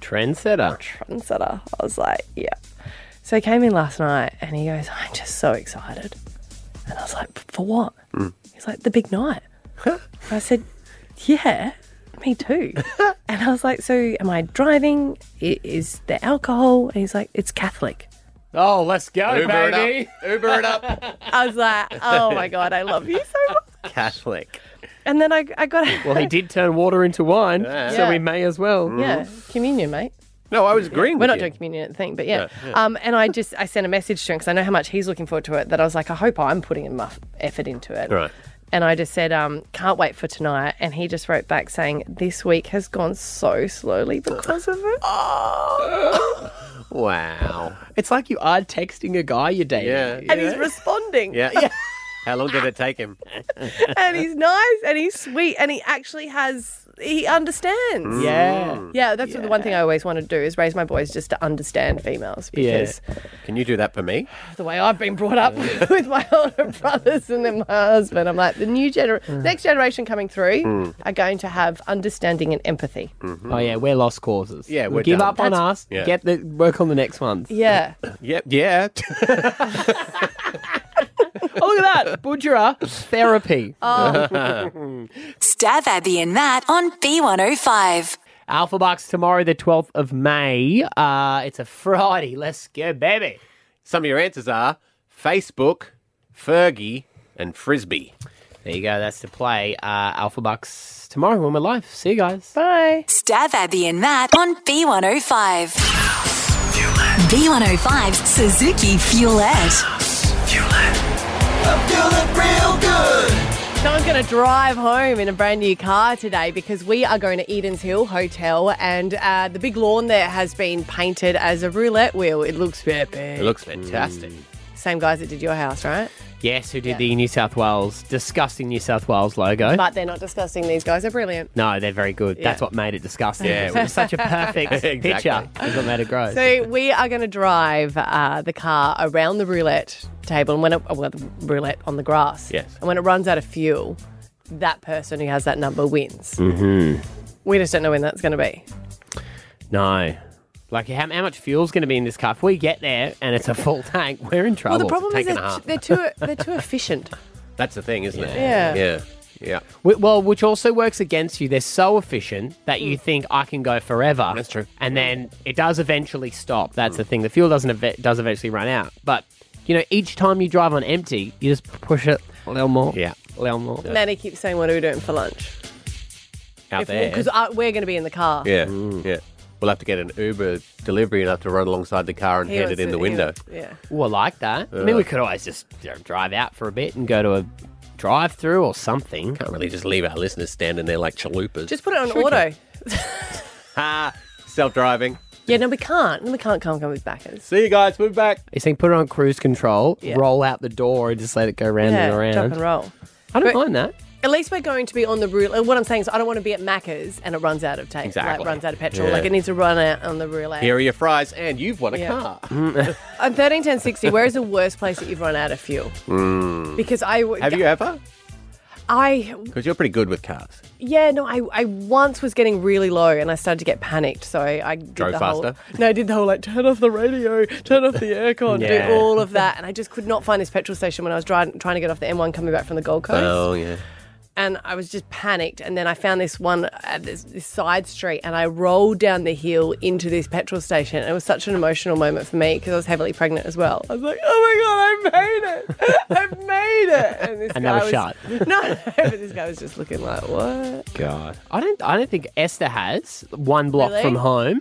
Speaker 2: Trendsetter.
Speaker 3: Trendsetter. I was like, yeah. So he came in last night and he goes, I'm just so excited. And I was like, for what?
Speaker 2: Hmm.
Speaker 3: He's like, the big night. I said, yeah, me too. and I was like, so am I driving? I- Is there alcohol? And he's like, it's Catholic.
Speaker 2: Oh, let's go,
Speaker 1: Uber it up.
Speaker 2: baby.
Speaker 1: Uber it up.
Speaker 3: I was like, oh my God, I love you so much.
Speaker 1: Catholic.
Speaker 3: And then I, I got,
Speaker 2: Well, he did turn water into wine, so
Speaker 3: Yeah.
Speaker 2: we may as well.
Speaker 3: Oh,
Speaker 1: Mm-hmm.
Speaker 3: yeah, communion, mate.
Speaker 1: No, I was agreeing
Speaker 3: We're
Speaker 1: with
Speaker 3: not
Speaker 1: you.
Speaker 3: doing communion at the thing, but yeah.
Speaker 1: No, yeah.
Speaker 3: Um, and I just I sent a message to him because I know how much he's looking forward to it. That I was like, I hope I'm putting enough effort into it.
Speaker 1: Right.
Speaker 3: And I just said, um, can't wait for tonight. And he just wrote back saying, this week has gone so slowly because of it. Oh.
Speaker 1: Wow.
Speaker 2: It's like you are texting a guy you're dating.
Speaker 1: Yeah.
Speaker 3: And he's responding.
Speaker 1: Yeah. yeah. How long did it take him?
Speaker 3: and he's nice and he's sweet and he actually has he understands.
Speaker 1: Mm. Yeah.
Speaker 3: Yeah, that's the one thing I always want to do is raise my boys just to understand females because
Speaker 1: Can you do that for me?
Speaker 3: the way I've been brought up with my older brothers and then my husband. I'm like, the new
Speaker 1: Mm.
Speaker 3: generation, next generation coming through
Speaker 2: Mm.
Speaker 3: are going to have understanding and empathy.
Speaker 2: Oh yeah, we're lost causes.
Speaker 1: Yeah, we're
Speaker 2: give
Speaker 1: done.
Speaker 2: up on
Speaker 1: That's-
Speaker 2: us.
Speaker 1: Yeah.
Speaker 2: Get the work on the next ones.
Speaker 3: Yeah.
Speaker 1: Yep. Yeah.
Speaker 2: oh look at that, Budgera therapy.
Speaker 4: Oh. Stab Abby and Matt on B105.
Speaker 2: Alpha Bucks tomorrow, the twelfth of May. Uh, it's a Friday. Let's go, baby.
Speaker 1: Some of your answers are Facebook, Fergie, and Frisbee.
Speaker 2: There you go. That's the play. Uh, Alpha Bucks tomorrow when we're live. See you guys.
Speaker 3: Bye.
Speaker 4: Stab oh Abby and Matt on B105. B105's Suzuki Fuelette.
Speaker 7: real good.
Speaker 3: Someone's going to drive home in a brand new car today because we are going to Eden's Hill Hotel and uh, the big lawn there has been painted as a roulette wheel. It looks epic.
Speaker 1: It looks fantastic.
Speaker 3: Same guys that did your house, right?
Speaker 2: Hmm. Yes, who did the New South Wales disgusting New South Wales logo?
Speaker 3: But they're not discussing these guys. They're brilliant.
Speaker 2: no, they're very good.
Speaker 3: Yeah.
Speaker 2: That's what made it disgusting.
Speaker 1: Yeah,
Speaker 2: it was such a perfect
Speaker 1: Exactly.
Speaker 2: picture. That's what made it grow.
Speaker 3: So we are going to drive uh, the car around the roulette table, and when it, well, the roulette on the grass,
Speaker 1: Yes.
Speaker 3: and when it runs out of fuel, that person who has that number wins.
Speaker 1: Mm.
Speaker 2: mm-hmm.
Speaker 3: We just don't know when that's going to be.
Speaker 2: No. Like, how, how much fuel's going to be in this car? If we get there and it's a full tank, we're in trouble.
Speaker 3: well, the problem is they're, they're too they're too efficient.
Speaker 1: That's the thing, isn't
Speaker 2: Yeah.
Speaker 1: it? Yeah. Yeah.
Speaker 2: Wh- Well, which also works against you. They're so efficient that you
Speaker 3: Hmm.
Speaker 2: think I can go forever. That's true. And
Speaker 1: Hmm.
Speaker 2: then it does eventually stop. That's the thing. The fuel doesn't ev- does eventually run out. But you know, each time you drive on empty, you just push it a little more. Yeah, a little more.
Speaker 3: Manny keeps saying, "What are we doing for lunch?"
Speaker 1: Out there.
Speaker 3: because uh, we're going to be in the car.
Speaker 1: Yeah. Yeah. We'll have to get an Uber delivery and have to run alongside the car and
Speaker 3: He
Speaker 1: hand it
Speaker 3: wants
Speaker 1: in
Speaker 3: to-
Speaker 1: the
Speaker 3: he
Speaker 1: window.
Speaker 3: wants- Yeah.
Speaker 2: Ooh, I like that. I mean, we could always just you know, drive out for a bit and go to a drive-through or something.
Speaker 1: Can't really just leave our listeners standing there like chalupas.
Speaker 3: Just put it on
Speaker 1: Sure we
Speaker 3: auto.
Speaker 1: can. Ha! Self driving.
Speaker 3: Yeah, no, we can't. No, we can't come come with backers.
Speaker 1: See you guys. Move back.
Speaker 2: You think put it on cruise control,
Speaker 3: Yeah.
Speaker 2: roll out the door, and just let it go round
Speaker 3: yeah,
Speaker 2: and around.
Speaker 3: drop and roll.
Speaker 2: I don't
Speaker 3: But-
Speaker 2: mind that.
Speaker 3: At least we're going to be on the roulette. What I'm saying is, I don't want to be at Macca's and it runs out of tank,
Speaker 1: Exactly.
Speaker 3: like runs out of petrol.
Speaker 1: Yeah.
Speaker 3: Like it needs to run out on the roulette.
Speaker 1: Here are your fries, and you've won a
Speaker 3: Yeah. Uh,
Speaker 1: car.
Speaker 3: On 13, 10, 60, where is the worst place that you've run out of fuel?
Speaker 1: Mm.
Speaker 3: Because I w-
Speaker 1: have you ever?
Speaker 3: I
Speaker 1: Because you're pretty good with cars.
Speaker 3: yeah no I, I once was getting really low and I started to get panicked so I did
Speaker 1: Drove
Speaker 3: the
Speaker 1: faster?
Speaker 3: whole no I did the whole like turn off the radio turn off the aircon
Speaker 1: Yeah.
Speaker 3: do all of that and I just could not find this petrol station when I was trying trying to get off the M1 coming back from the Gold Coast
Speaker 1: Oh yeah.
Speaker 3: and I was just panicked. And then I found this one at this, this side street, and I rolled down the hill into this petrol station. And it was such an emotional moment for me because I was heavily pregnant as well. I was like, "Oh my god, I made it! I've made it!" And this
Speaker 2: And
Speaker 3: guy
Speaker 2: that
Speaker 3: was
Speaker 2: was shot.
Speaker 3: No, no, but this guy was just looking like, "What?"
Speaker 2: God, I don't. I don't think Esther has one block
Speaker 3: Really?
Speaker 2: from home,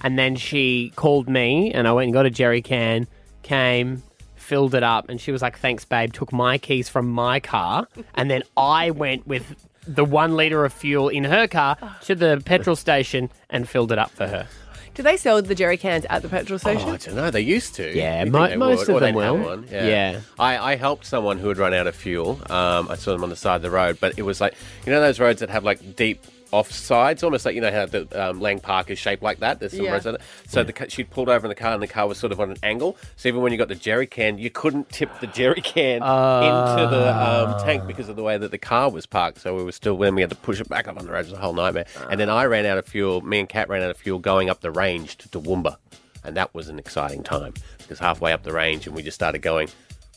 Speaker 2: and then she called me, and I went and got a jerry can, came, filled it up, and she was like, "Thanks, babe." Took my keys from my car, and then I went with the one liter of fuel in her car
Speaker 3: Oh.
Speaker 2: to the petrol station and filled it up for her.
Speaker 3: Do they sell the jerry cans at the petrol station?
Speaker 1: I don't know. They used to.
Speaker 2: Yeah,
Speaker 1: You'd
Speaker 2: mo-
Speaker 1: think they
Speaker 2: most
Speaker 1: would,
Speaker 2: of
Speaker 1: or
Speaker 2: them
Speaker 1: they'd have
Speaker 2: will.
Speaker 1: one, Yeah.
Speaker 2: Yeah.
Speaker 1: I, I helped someone who had run out of fuel. Um, I saw them on the side of the road, but it was like you know those roads that have like deep off sides, almost like you know how the um, Lang Park is shaped like that. There's some
Speaker 13: Yeah.
Speaker 1: roads like that. So the the, she pulled over in the car, and the car was sort of on an angle. So even when you got the jerry can, you couldn't tip the jerry can
Speaker 2: Uh,
Speaker 1: into the um, tank because of the way that the car was parked. So we were still when we had to push it back up on the road. It was a whole nightmare. And then I ran out of fuel. Me and Kat ran out of fuel going up the range to Toowoomba, and that was an exciting time because halfway up the range, and we just started going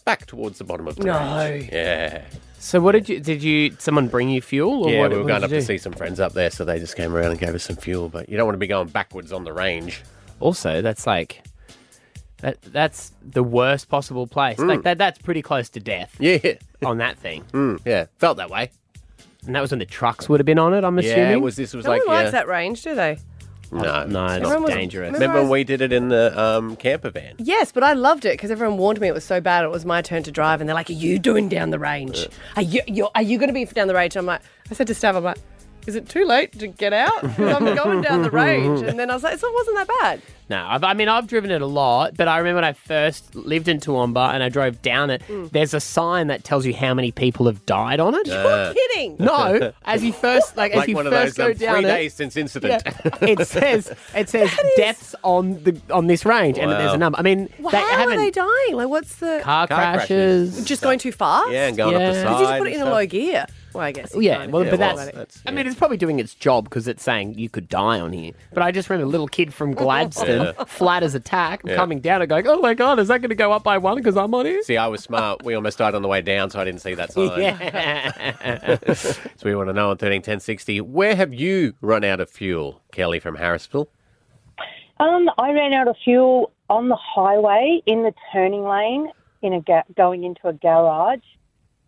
Speaker 1: back towards the bottom of the
Speaker 2: No.
Speaker 1: range. Yeah.
Speaker 2: So what did you? Did you? Someone bring you fuel? Or
Speaker 1: Yeah,
Speaker 2: what,
Speaker 1: we were
Speaker 2: what
Speaker 1: going
Speaker 2: did
Speaker 1: up
Speaker 2: you
Speaker 1: to
Speaker 2: do?
Speaker 1: see some friends up there, so they just came around and gave us some fuel. But you don't want to be going backwards on the range.
Speaker 2: Also, that's like that, that's the worst possible place.
Speaker 1: Mm.
Speaker 2: Like that that's pretty close to death.
Speaker 1: Yeah. Mm,
Speaker 2: On that thing.
Speaker 1: yeah. Felt that way.
Speaker 2: And that was when the trucks would have been on it, I'm assuming.
Speaker 1: Yeah, it was this was
Speaker 3: No
Speaker 1: like
Speaker 3: one
Speaker 1: yeah.
Speaker 3: likes that range, do they?
Speaker 1: No, no,
Speaker 2: Oh, it's Everyone was- dangerous.
Speaker 1: Remember, when we did it in the um, camper van?
Speaker 3: Yes, but I loved it because everyone warned me it was so bad. It was my turn to drive, and they're like, "Are you doing down the range? Are you you're, are you going to be down the range?" I'm like, I said to Stav, I'm like, "Is it too late to get out? 'Cause I'm going down the range." And then I was like, "So it wasn't that bad."
Speaker 2: No, I've, I mean I've driven it a lot, but I remember when I first lived in Toowoomba and I drove down it.
Speaker 3: Mm.
Speaker 2: There's a sign that tells you how many people have died on it.
Speaker 1: You're
Speaker 3: kidding.
Speaker 2: No, as you first like, as
Speaker 1: Like
Speaker 2: you
Speaker 1: one of
Speaker 2: first
Speaker 1: those
Speaker 2: go
Speaker 1: um,
Speaker 2: down
Speaker 1: three
Speaker 2: it,
Speaker 1: days since incident.
Speaker 2: Yeah. it says it says deaths on the on this range, and there's
Speaker 1: Wow.
Speaker 2: a number. I mean,
Speaker 3: Well,
Speaker 2: they
Speaker 3: how are
Speaker 2: haven't
Speaker 3: they dying? Like, what's the
Speaker 2: Car Car crashes. crashes.
Speaker 3: Just going too fast.
Speaker 2: Yeah, and going up the Yeah.
Speaker 3: Did you just
Speaker 2: side
Speaker 3: put it
Speaker 2: and
Speaker 3: in a
Speaker 2: stuff.
Speaker 3: low gear? Well, I guess. you
Speaker 2: Yeah,
Speaker 3: can't
Speaker 2: well,
Speaker 3: if you
Speaker 2: but
Speaker 3: think
Speaker 2: that's,
Speaker 3: about it.
Speaker 2: I mean, it's probably doing its job because it's saying you could die on here. But I just remember a little kid from Gladstone,
Speaker 1: Yeah.
Speaker 2: flat as a tack,
Speaker 1: Yeah.
Speaker 2: coming down and going, oh my God, is that going to go up by one because I'm on here?
Speaker 1: See, I was smart. We almost died on the way down, so I didn't see that sign.
Speaker 2: Yeah.
Speaker 1: so we want to know on 13 10 60, where have you run out of fuel, Kelly from Harrisville?
Speaker 14: Um, I ran out of fuel on the highway in the turning lane in a ga- going into a garage,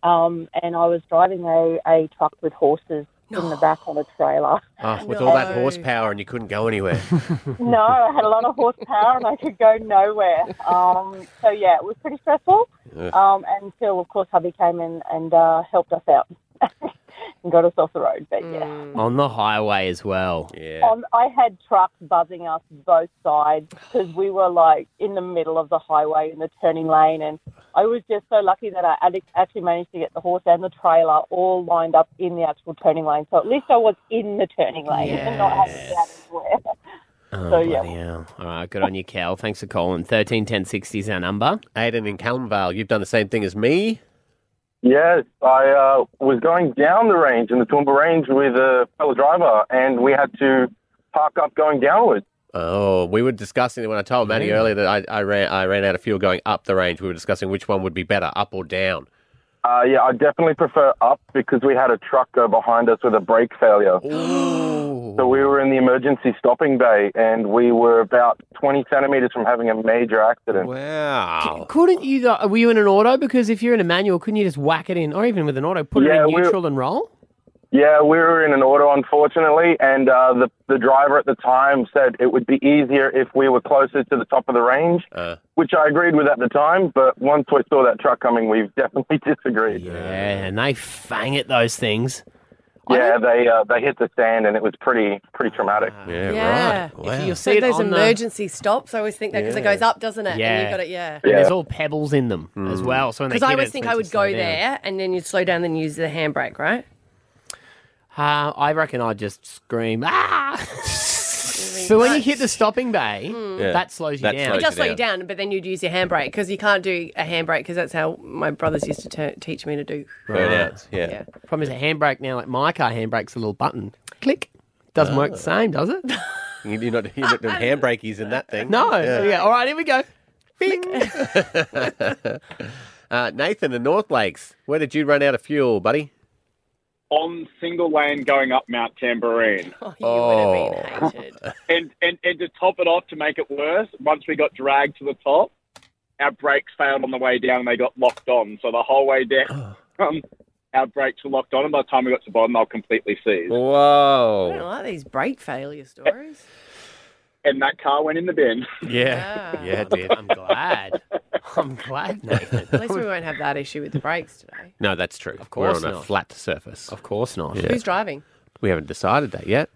Speaker 14: um, and I was driving a, a truck with horses in the back on a trailer.
Speaker 1: Oh, with all that
Speaker 14: No.
Speaker 1: horsepower and you couldn't go anywhere.
Speaker 14: no, I had a lot of horsepower and I could go nowhere. Um, so yeah, it was pretty stressful.
Speaker 1: Ugh.
Speaker 14: Um, until of course hubby came in and uh, helped us out and got us off the road. But yeah.
Speaker 2: on the highway as well.
Speaker 1: Mm. Yeah.
Speaker 14: Um, I had trucks buzzing us both sides because we were like in the middle of the highway in the turning lane, and I was just so lucky that I ad- actually managed to get the horse and the trailer all lined up in the actual turning lane. So at least I was in the turning lane and not having to get out anywhere.
Speaker 2: Oh,
Speaker 14: So, yeah.
Speaker 2: bloody hell. All right, good on you, Kel. Thanks for calling. 13 10 60 is our number.
Speaker 1: Aiden in Calumvale, you've done the same thing as me.
Speaker 15: Yes, I uh, was going down the range in the Toowoomba Range with a fellow driver, and we had to park up going downwards.
Speaker 1: Oh, we were discussing when I told Maddie
Speaker 15: Yeah.
Speaker 1: earlier that I, I ran I ran out of fuel going up the range. We were discussing which one would be better, up or down.
Speaker 15: Uh, yeah, I definitely prefer up because we had a truck go behind us with a brake failure. So we were in the emergency stopping bay and we were about 20 centimeters from having a major accident.
Speaker 1: Wow.
Speaker 2: Couldn't you? Though, were you in an auto? Because if you're in a manual, couldn't you just whack it in, or even with an auto, put
Speaker 15: Yeah,
Speaker 2: it in
Speaker 15: we're-
Speaker 2: neutral and roll?
Speaker 15: Yeah, we were in an auto, unfortunately, and uh, the, the driver at the time said it would be easier if we were closer to the top of the range,
Speaker 1: Uh,
Speaker 15: which I agreed with at the time. But once we saw that truck coming, we've definitely disagreed.
Speaker 2: Yeah, and they fang at those things.
Speaker 15: Yeah, they uh, they hit the sand, and it was pretty pretty traumatic.
Speaker 2: Ah.
Speaker 1: Yeah,
Speaker 3: Yeah.
Speaker 2: If you'll see
Speaker 3: So
Speaker 2: it
Speaker 3: those
Speaker 2: on the-
Speaker 3: emergency stops, I always think that because it
Speaker 2: Yeah.
Speaker 3: goes up, doesn't it? And
Speaker 2: Yeah.
Speaker 3: you got it, yeah.
Speaker 2: And there's all pebbles in them as
Speaker 1: Mm.
Speaker 2: well. So when they
Speaker 3: Because I
Speaker 2: hit it,
Speaker 3: always
Speaker 2: it's
Speaker 3: think
Speaker 2: meant
Speaker 3: I
Speaker 2: to
Speaker 3: would
Speaker 2: slow
Speaker 3: go
Speaker 2: down.
Speaker 3: there and then you'd slow down, then use the handbrake, right?
Speaker 2: Uh, I reckon I'd just scream ah. but when you hit the stopping bay,
Speaker 1: Yeah.
Speaker 2: that slows you
Speaker 1: That
Speaker 2: down.
Speaker 1: slows
Speaker 3: Hmm. It does slow you down, but then you'd use your handbrake because you can't do a handbrake because that's how my brothers used to t- teach me to do.
Speaker 1: Burnouts, yeah.
Speaker 2: Problem is a handbrake now. Like my car handbrake's a little button. Click. Doesn't
Speaker 1: Ah.
Speaker 2: work the same, does it?
Speaker 1: You're not, you're not doing handbrakeys in that thing.
Speaker 2: No. Yeah. All right. Here we go.
Speaker 1: uh, Nathan, the North Lakes, where did you run out of fuel, buddy?
Speaker 13: on single lane going up Mount Tambourine.
Speaker 1: Oh,
Speaker 13: and, and and to top it off, to make it worse, once we got dragged to the top, our brakes failed on the way down and they got locked on. So the whole way down, um, our brakes were locked on, and by the time we got to the bottom, they were completely seized.
Speaker 1: Whoa!
Speaker 3: I don't like these brake failure stories.
Speaker 13: And that car went in the bin.
Speaker 1: Yeah, yeah, it did. I'm
Speaker 2: glad. I'm glad, Nathan.
Speaker 3: At least we won't have that issue with the brakes today.
Speaker 1: No, that's true. Of
Speaker 2: course
Speaker 1: We're on a
Speaker 2: not.
Speaker 1: flat surface. Of
Speaker 2: course not.
Speaker 3: Who's driving?
Speaker 1: We haven't decided that yet.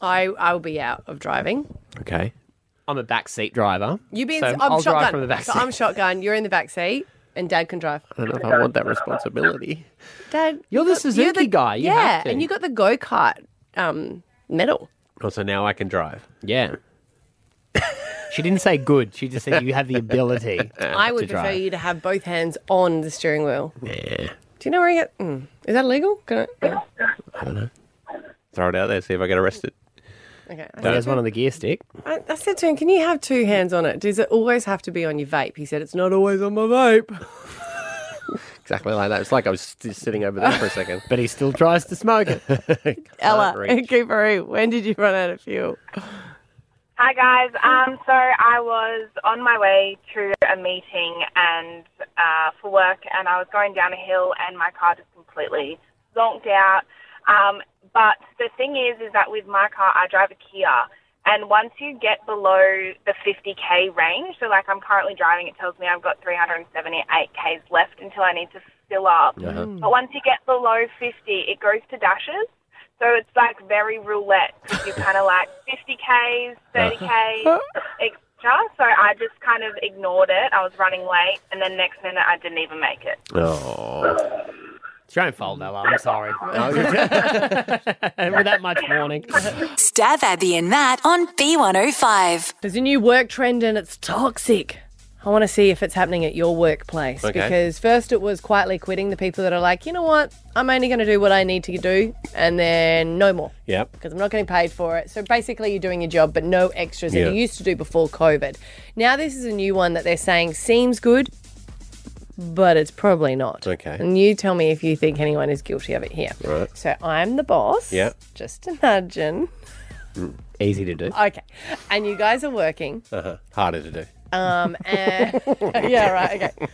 Speaker 3: I I will be out of driving.
Speaker 1: Okay.
Speaker 2: I'm a backseat driver.
Speaker 3: You be in,
Speaker 2: So
Speaker 3: I'm
Speaker 2: I'll
Speaker 3: shotgun.
Speaker 2: drive from the back
Speaker 3: so
Speaker 2: seat.
Speaker 3: I'm shotgun. You're in the back seat, and Dad can drive.
Speaker 1: I don't know if I want that responsibility.
Speaker 3: Dad,
Speaker 2: you're the Suzuki guy. You
Speaker 3: yeah,
Speaker 1: have to.
Speaker 3: and you got the go kart um, medal.
Speaker 1: Oh, so now I can drive.
Speaker 2: Yeah. She didn't say good. She just said you have the ability.
Speaker 3: I would
Speaker 2: to
Speaker 3: prefer
Speaker 2: drive.
Speaker 3: you to have both hands on the steering wheel.
Speaker 1: Yeah.
Speaker 3: Do you know where you get? Mm, is that illegal? Can I, yeah.
Speaker 1: I don't know. Throw it out there, see if I get arrested.
Speaker 3: Okay. I
Speaker 2: There's
Speaker 3: said
Speaker 2: one on the gear stick.
Speaker 3: to- I, I said to him, "Can you have two hands on it? Does it always have to be on your vape?" He said, "It's not always on my vape."
Speaker 1: Exactly like that. It's like I was st- sitting over there for a second.
Speaker 2: But he still tries to smoke it.
Speaker 3: Ella,
Speaker 1: reach.
Speaker 3: Coopery, E, when did you run out of fuel?
Speaker 16: Hi guys. Um, so I was on my way to a meeting and uh, for work, and I was going down a hill, and my car just completely zonked out. Um, but the thing is, is that with my car, I drive a Kia, and once you get below the 50k range, so like I'm currently driving, it tells me I've got 378 k's left until I need to fill up.
Speaker 17: Uh-huh.
Speaker 4: Mm.
Speaker 2: Hmm.
Speaker 16: But once you get below 50, it goes to dashes. So it's like very roulette because you're kind of like 50Ks, 30Ks, etc. So I just kind of ignored it. I was running late, and then next minute I didn't even make it.
Speaker 1: Oh.
Speaker 2: It's your own fault, Ella. I'm sorry.
Speaker 3: Oh,
Speaker 2: With that much warning.
Speaker 4: Stab Abby and Matt on B105.
Speaker 3: There's a new work trend and it's toxic. I want to see if it's happening at your workplace
Speaker 4: Okay.
Speaker 3: because first it was quietly quitting the people that are like, you know what, I'm only going to do what I need to do, and then no more
Speaker 1: Yep.
Speaker 3: because I'm not getting paid for it. So basically, you're doing your job, but no extras
Speaker 1: Yeah.
Speaker 3: that you used to do before COVID. Now this is a new one that they're saying seems good, but it's probably not.
Speaker 1: Okay.
Speaker 3: And you tell me if you think anyone is guilty of it here.
Speaker 1: Right.
Speaker 3: So I'm the boss.
Speaker 1: Yeah.
Speaker 3: Just imagine.
Speaker 2: Mm. Easy to do.
Speaker 3: Okay. And you guys are working.
Speaker 1: Uh-huh. Harder to do.
Speaker 3: Um, and yeah, right, okay.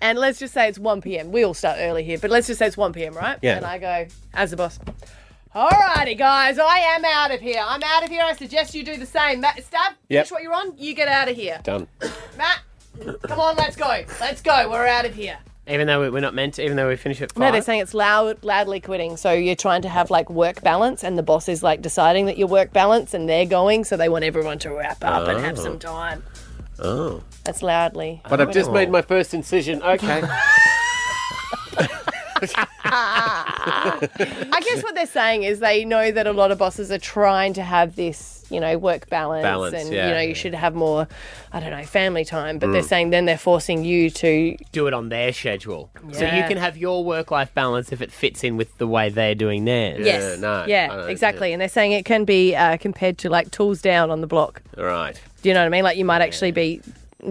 Speaker 3: And let's just say it's 1 p.m. We all start early here, but let's just say it's 1 p.m., right?
Speaker 1: Yeah.
Speaker 3: And I go, as the boss, alrighty, guys, I am out of here. I'm out of here. I suggest you do the same. Matt, Stab,
Speaker 1: Yep.
Speaker 3: finish what you're on. You get out of here.
Speaker 1: Done.
Speaker 3: Matt, come on, let's go. Let's go. We're out of here.
Speaker 2: Even though we- we're not meant to, even though we finish at five.
Speaker 3: No, they're saying it's loud, loudly quitting. So you're trying to have like work balance, and the boss is like deciding that your work balance, and they're going, so they want everyone to wrap up and have
Speaker 1: Oh.
Speaker 3: some time.
Speaker 1: Oh.
Speaker 3: That's loudly.
Speaker 1: But I've just made my first incision. Okay.
Speaker 3: Ah. I guess what they're saying is they know that a lot of bosses are trying to have this, you know, work balance,
Speaker 1: Balance,
Speaker 3: and
Speaker 1: yeah.
Speaker 3: you know you should have more, I don't know, family time. But they're
Speaker 2: Mm.
Speaker 3: saying then they're forcing you to
Speaker 2: do it on their schedule. So you
Speaker 3: Yeah.
Speaker 2: can have your work life balance if it fits in with the way they're doing theirs.
Speaker 3: yes, yeah, exactly. And they're saying it can be uh, compared to like tools down on the block.
Speaker 1: Right.
Speaker 3: Do you know what I mean? Like you might actually be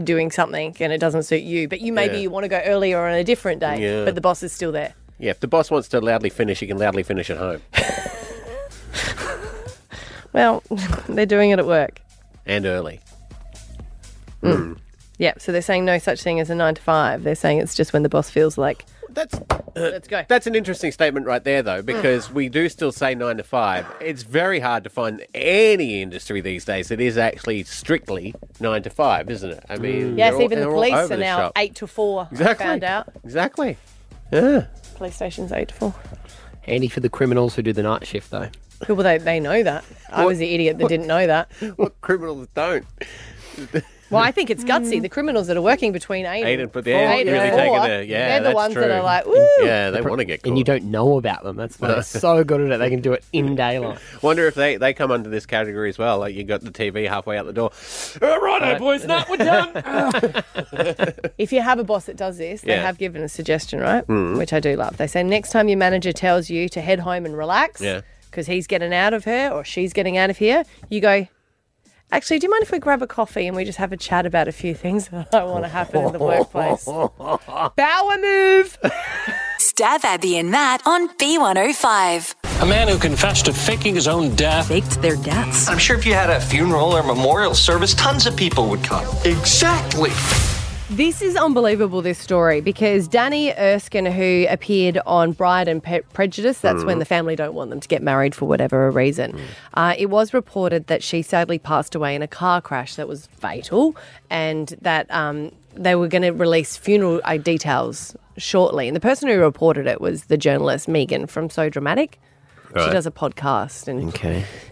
Speaker 3: doing something and it doesn't suit you, but you maybe
Speaker 1: Yeah.
Speaker 3: you want to go earlier on a different day,
Speaker 1: Yeah.
Speaker 3: but the boss is still there.
Speaker 1: Yeah, if the boss wants to loudly finish, he can loudly finish at home
Speaker 3: Well, they're doing it at work.
Speaker 1: and early.
Speaker 2: Hmm.
Speaker 3: Yeah, so they're saying no such thing as a nine to five. They're saying it's just when the boss feels like
Speaker 1: That's let's go. Uh, That's an interesting statement right there, though, because we do still say nine to five. It's very hard to find any industry these days that is actually strictly nine to five, isn't it? I mean,
Speaker 3: Mm. Yes,
Speaker 1: Mm. they're all-
Speaker 3: even the
Speaker 1: they're all over
Speaker 3: police
Speaker 1: the
Speaker 3: are now
Speaker 1: shop.
Speaker 3: eight to four.
Speaker 1: Exactly.
Speaker 3: I found out.
Speaker 1: Exactly. Yeah.
Speaker 3: Police station's eight to four.
Speaker 2: Handy Ah. for the criminals who do the night shift, though.
Speaker 3: Well, they, they know that. I was the idiot that didn't know that.
Speaker 1: What criminals don't?
Speaker 3: Well, I think it's gutsy. The criminals that are working between eight,
Speaker 1: Eight and
Speaker 3: and
Speaker 1: put
Speaker 3: four,
Speaker 1: yeah,
Speaker 3: eight
Speaker 1: really
Speaker 3: and
Speaker 1: taking
Speaker 3: four,
Speaker 1: a yeah.
Speaker 3: they're the
Speaker 1: that's
Speaker 3: ones
Speaker 1: true.
Speaker 3: that are like, woo.
Speaker 1: Yeah, they want to get
Speaker 2: And you don't know about them. That's why they're so good at it. They can do it in daylight.
Speaker 1: Wonder if they, they come under this category as well. Like you got the TV halfway out the door. All right, boys, nut, we're done.
Speaker 3: If you have a boss that does this, they
Speaker 1: Yeah.
Speaker 3: have given a suggestion, right?
Speaker 1: Mhm.
Speaker 3: Which I do love. They say next time your manager tells you to head home and relax
Speaker 1: yeah.
Speaker 3: because he's getting out of her or she's getting out of here, you go. Actually, do you mind if we grab a coffee and we just have a chat about a few things that I want to happen in the workplace? Power move.
Speaker 4: Stab Abby and Matt on B105.
Speaker 7: A man who confessed to faking his own death.
Speaker 4: Faked their deaths.
Speaker 7: I'm sure if you had a funeral or memorial service, tons of people would come. Exactly.
Speaker 3: This is unbelievable, this story, because Danny Erskine, who appeared on Bride and Pe- Prejudice, that's
Speaker 17: Mm.
Speaker 3: when the family don't want them to get married for whatever a reason. Uh, it was reported that she sadly passed away in a car crash that was fatal and that um, they were going to release funeral uh, details shortly. And the person who reported it was the journalist Megan from So Dramatic. She
Speaker 2: Right.
Speaker 3: does a podcast and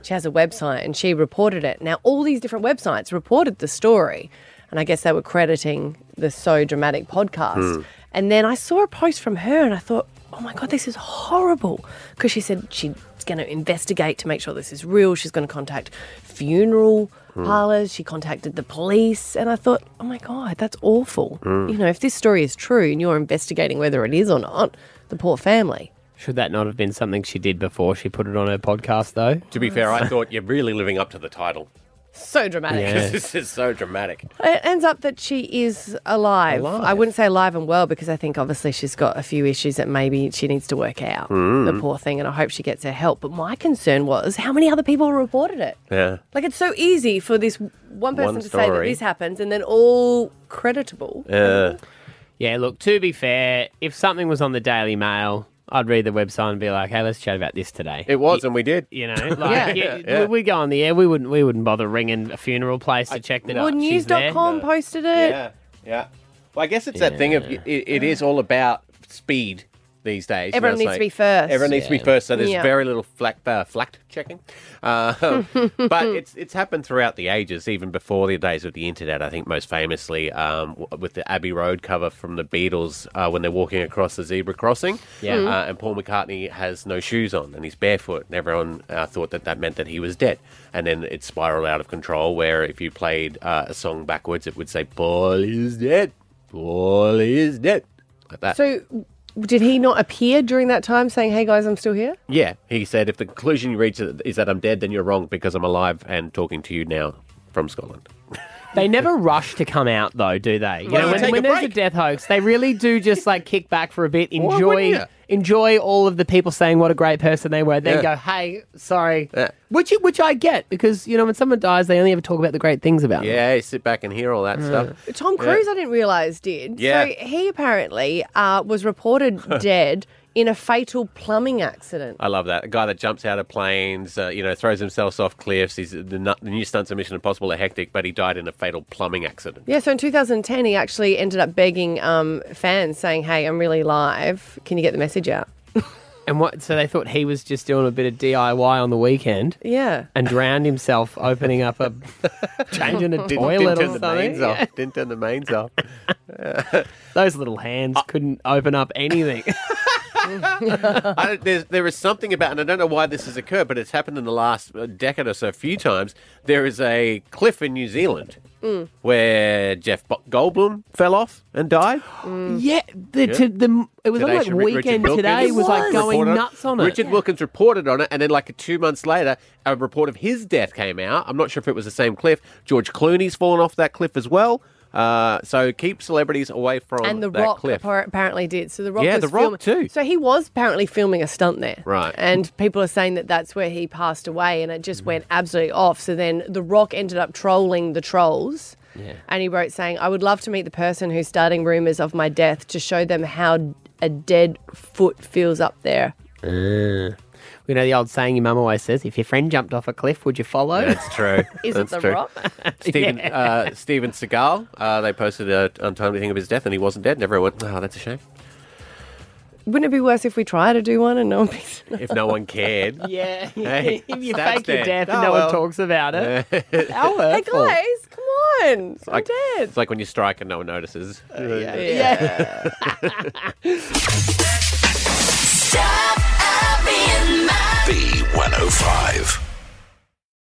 Speaker 3: she has a website and she reported it. Now, all these different websites reported the story. And I guess they were crediting the So Dramatic podcast.
Speaker 17: Hmm.
Speaker 3: And then I saw a post from her and I thought, oh my God, this is horrible. Because she said she's going to investigate to make sure this is real. She's going to contact funeral
Speaker 17: Hmm.
Speaker 3: parlors. She contacted the police. And I thought, oh my God, that's awful.
Speaker 2: Hmm.
Speaker 3: You know, if this story is true and you're investigating whether it is or not, the poor family.
Speaker 2: Should that not have been something she did before she put it on her podcast, though?
Speaker 1: To be fair, I thought you're really living up to the title.
Speaker 3: So dramatic.
Speaker 2: Yeah.
Speaker 1: this is so dramatic.
Speaker 3: It ends up that she is alive.
Speaker 1: Alive.
Speaker 3: I wouldn't say alive and well because I think obviously she's got a few issues that maybe she needs to work out.
Speaker 1: Mm.
Speaker 3: The poor thing, and I hope she gets her help. But my concern was how many other people reported it?
Speaker 1: Yeah.
Speaker 3: Like it's so easy for this one person
Speaker 2: One
Speaker 3: to say that
Speaker 2: story.
Speaker 3: this happens and then all creditable.
Speaker 1: Yeah.
Speaker 2: Yeah, look, to be fair, if something was on the Daily Mail, I'd read the website and be like, hey, let's chat about this today.
Speaker 1: It was, and we did.
Speaker 2: You know, like, yeah, we- we go on the air. We wouldn't. We wouldn't bother ringing a funeral place to check that.
Speaker 3: well,
Speaker 2: she's there.
Speaker 3: news.com posted it.
Speaker 1: Yeah, yeah. Well, I guess it's that thing of it, it is all about speed these days. you know,
Speaker 3: Everyone
Speaker 1: it's
Speaker 3: needs to be first.
Speaker 1: Everyone needs to
Speaker 3: Yeah.
Speaker 1: be first, so there's
Speaker 3: Yeah.
Speaker 1: very little flack, uh, flack checking. Uh, but it's it's happened throughout the ages, even before the days of the internet. I think most famously um, w- with the Abbey Road cover from the Beatles uh, when they're walking across the zebra crossing.
Speaker 2: Yeah.
Speaker 1: Uh,
Speaker 2: Mm.
Speaker 1: uh, and Paul McCartney has no shoes on and he's barefoot, and everyone uh, thought that that meant that he was dead. And then it spiraled out of control, where if you played uh, a song backwards, it would say "Paul is dead, Paul is dead," like that.
Speaker 3: So, w- did he not appear during that time saying, "Hey guys, I'm still here"?
Speaker 1: yeah, he said, if the conclusion you reach is that I'm dead, then you're wrong because I'm alive and talking to you now from Scotland.
Speaker 2: They never rush to come out though, do they? You
Speaker 1: Well,
Speaker 2: know,
Speaker 1: you
Speaker 2: when,
Speaker 1: take a
Speaker 2: when there's a
Speaker 1: break.
Speaker 2: death hoax, they really do just like kick back for a bit,
Speaker 1: Why wouldn't
Speaker 2: enjoy
Speaker 1: ya?
Speaker 2: enjoy all of the people saying what a great person they were, then go, hey, sorry. Which which I get because you know when someone dies, they only ever talk about the great things about. them.
Speaker 1: Yeah, you sit back and hear all that stuff.
Speaker 3: Tom
Speaker 1: Yeah.
Speaker 3: Cruise, I didn't realise, did.
Speaker 1: Yeah.
Speaker 3: So he apparently uh, was reported dead in a fatal plumbing accident.
Speaker 1: I love that. A guy that jumps out of planes, uh, you know, throws himself off cliffs. He's the, nu- the new stunts of Mission Impossible are hectic, but he died in a fatal plumbing accident.
Speaker 3: Yeah, so in 2010, he actually ended up begging um, fans, saying, Hey, I'm really live. Can you get the message out?
Speaker 2: And what? So they thought he was just doing a bit of DIY on the weekend.
Speaker 3: Yeah.
Speaker 2: And drowned himself opening up a changing a
Speaker 1: Didn't- didn't
Speaker 2: toilet
Speaker 1: turn
Speaker 2: or
Speaker 1: the
Speaker 2: something.
Speaker 1: mains off. Didn't turn the mains off.
Speaker 2: Those little hands couldn't open up anything.
Speaker 1: I, don't- there's, there is something about, and I don't know why this has occurred, but it's happened in the last uh, decade or so a few times. There is a cliff in New Zealand Mm-hmm.
Speaker 2: Mm.
Speaker 1: where Jeff Bo- Goldblum fell off and died.
Speaker 2: Mm. Yeah, the,
Speaker 1: Yeah.
Speaker 2: To, the it was on
Speaker 1: Today,
Speaker 2: like
Speaker 1: Sir Ri- Richard
Speaker 2: weekend
Speaker 1: Wilkins
Speaker 2: today was like going
Speaker 1: reported on-
Speaker 2: nuts on it.
Speaker 1: Richard Wilkins reported on it, and then like two months later, a report of his death came out. I'm not sure if it was the same cliff. George Clooney's fallen off that cliff as well. Uh, so keep celebrities away from
Speaker 3: and The
Speaker 1: that
Speaker 3: Rock
Speaker 1: cliff.
Speaker 3: appar- apparently did. So The Rock
Speaker 1: Yeah,
Speaker 3: was
Speaker 1: The Rock
Speaker 3: filming-
Speaker 1: too.
Speaker 3: So he was apparently filming a stunt there.
Speaker 1: Right.
Speaker 3: And people are saying that that's where he passed away and it just went absolutely off. So then The Rock ended up trolling the trolls.
Speaker 1: Yeah.
Speaker 3: And he wrote saying, I would love to meet the person who's starting rumors of my death to show them how a dead foot feels up there.
Speaker 1: Mm.
Speaker 2: Uh, you know the old saying your mum always says: if your friend jumped off a cliff, would you follow?
Speaker 1: That's true.
Speaker 2: Is it
Speaker 1: That's
Speaker 2: The
Speaker 1: true.
Speaker 2: Rock?
Speaker 1: Steven,
Speaker 2: Yeah.
Speaker 1: uh, Steven Seagal, uh, they posted a untimely thing of his death and he wasn't dead. And everyone went, oh, that's a shame.
Speaker 3: Wouldn't it be worse if we try to do one and no one picks it up?
Speaker 1: If no one cared.
Speaker 2: Yeah.
Speaker 1: Hey,
Speaker 2: if you
Speaker 1: that's
Speaker 2: fake your
Speaker 1: dead.
Speaker 2: death and
Speaker 1: Oh,
Speaker 2: no
Speaker 1: well.
Speaker 2: one talks about it. How
Speaker 3: Hey,
Speaker 2: hurtful.
Speaker 3: guys, come on.
Speaker 1: It's like,
Speaker 3: dead.
Speaker 1: it's like when you strike and no one notices.
Speaker 3: yeah.
Speaker 4: Mm.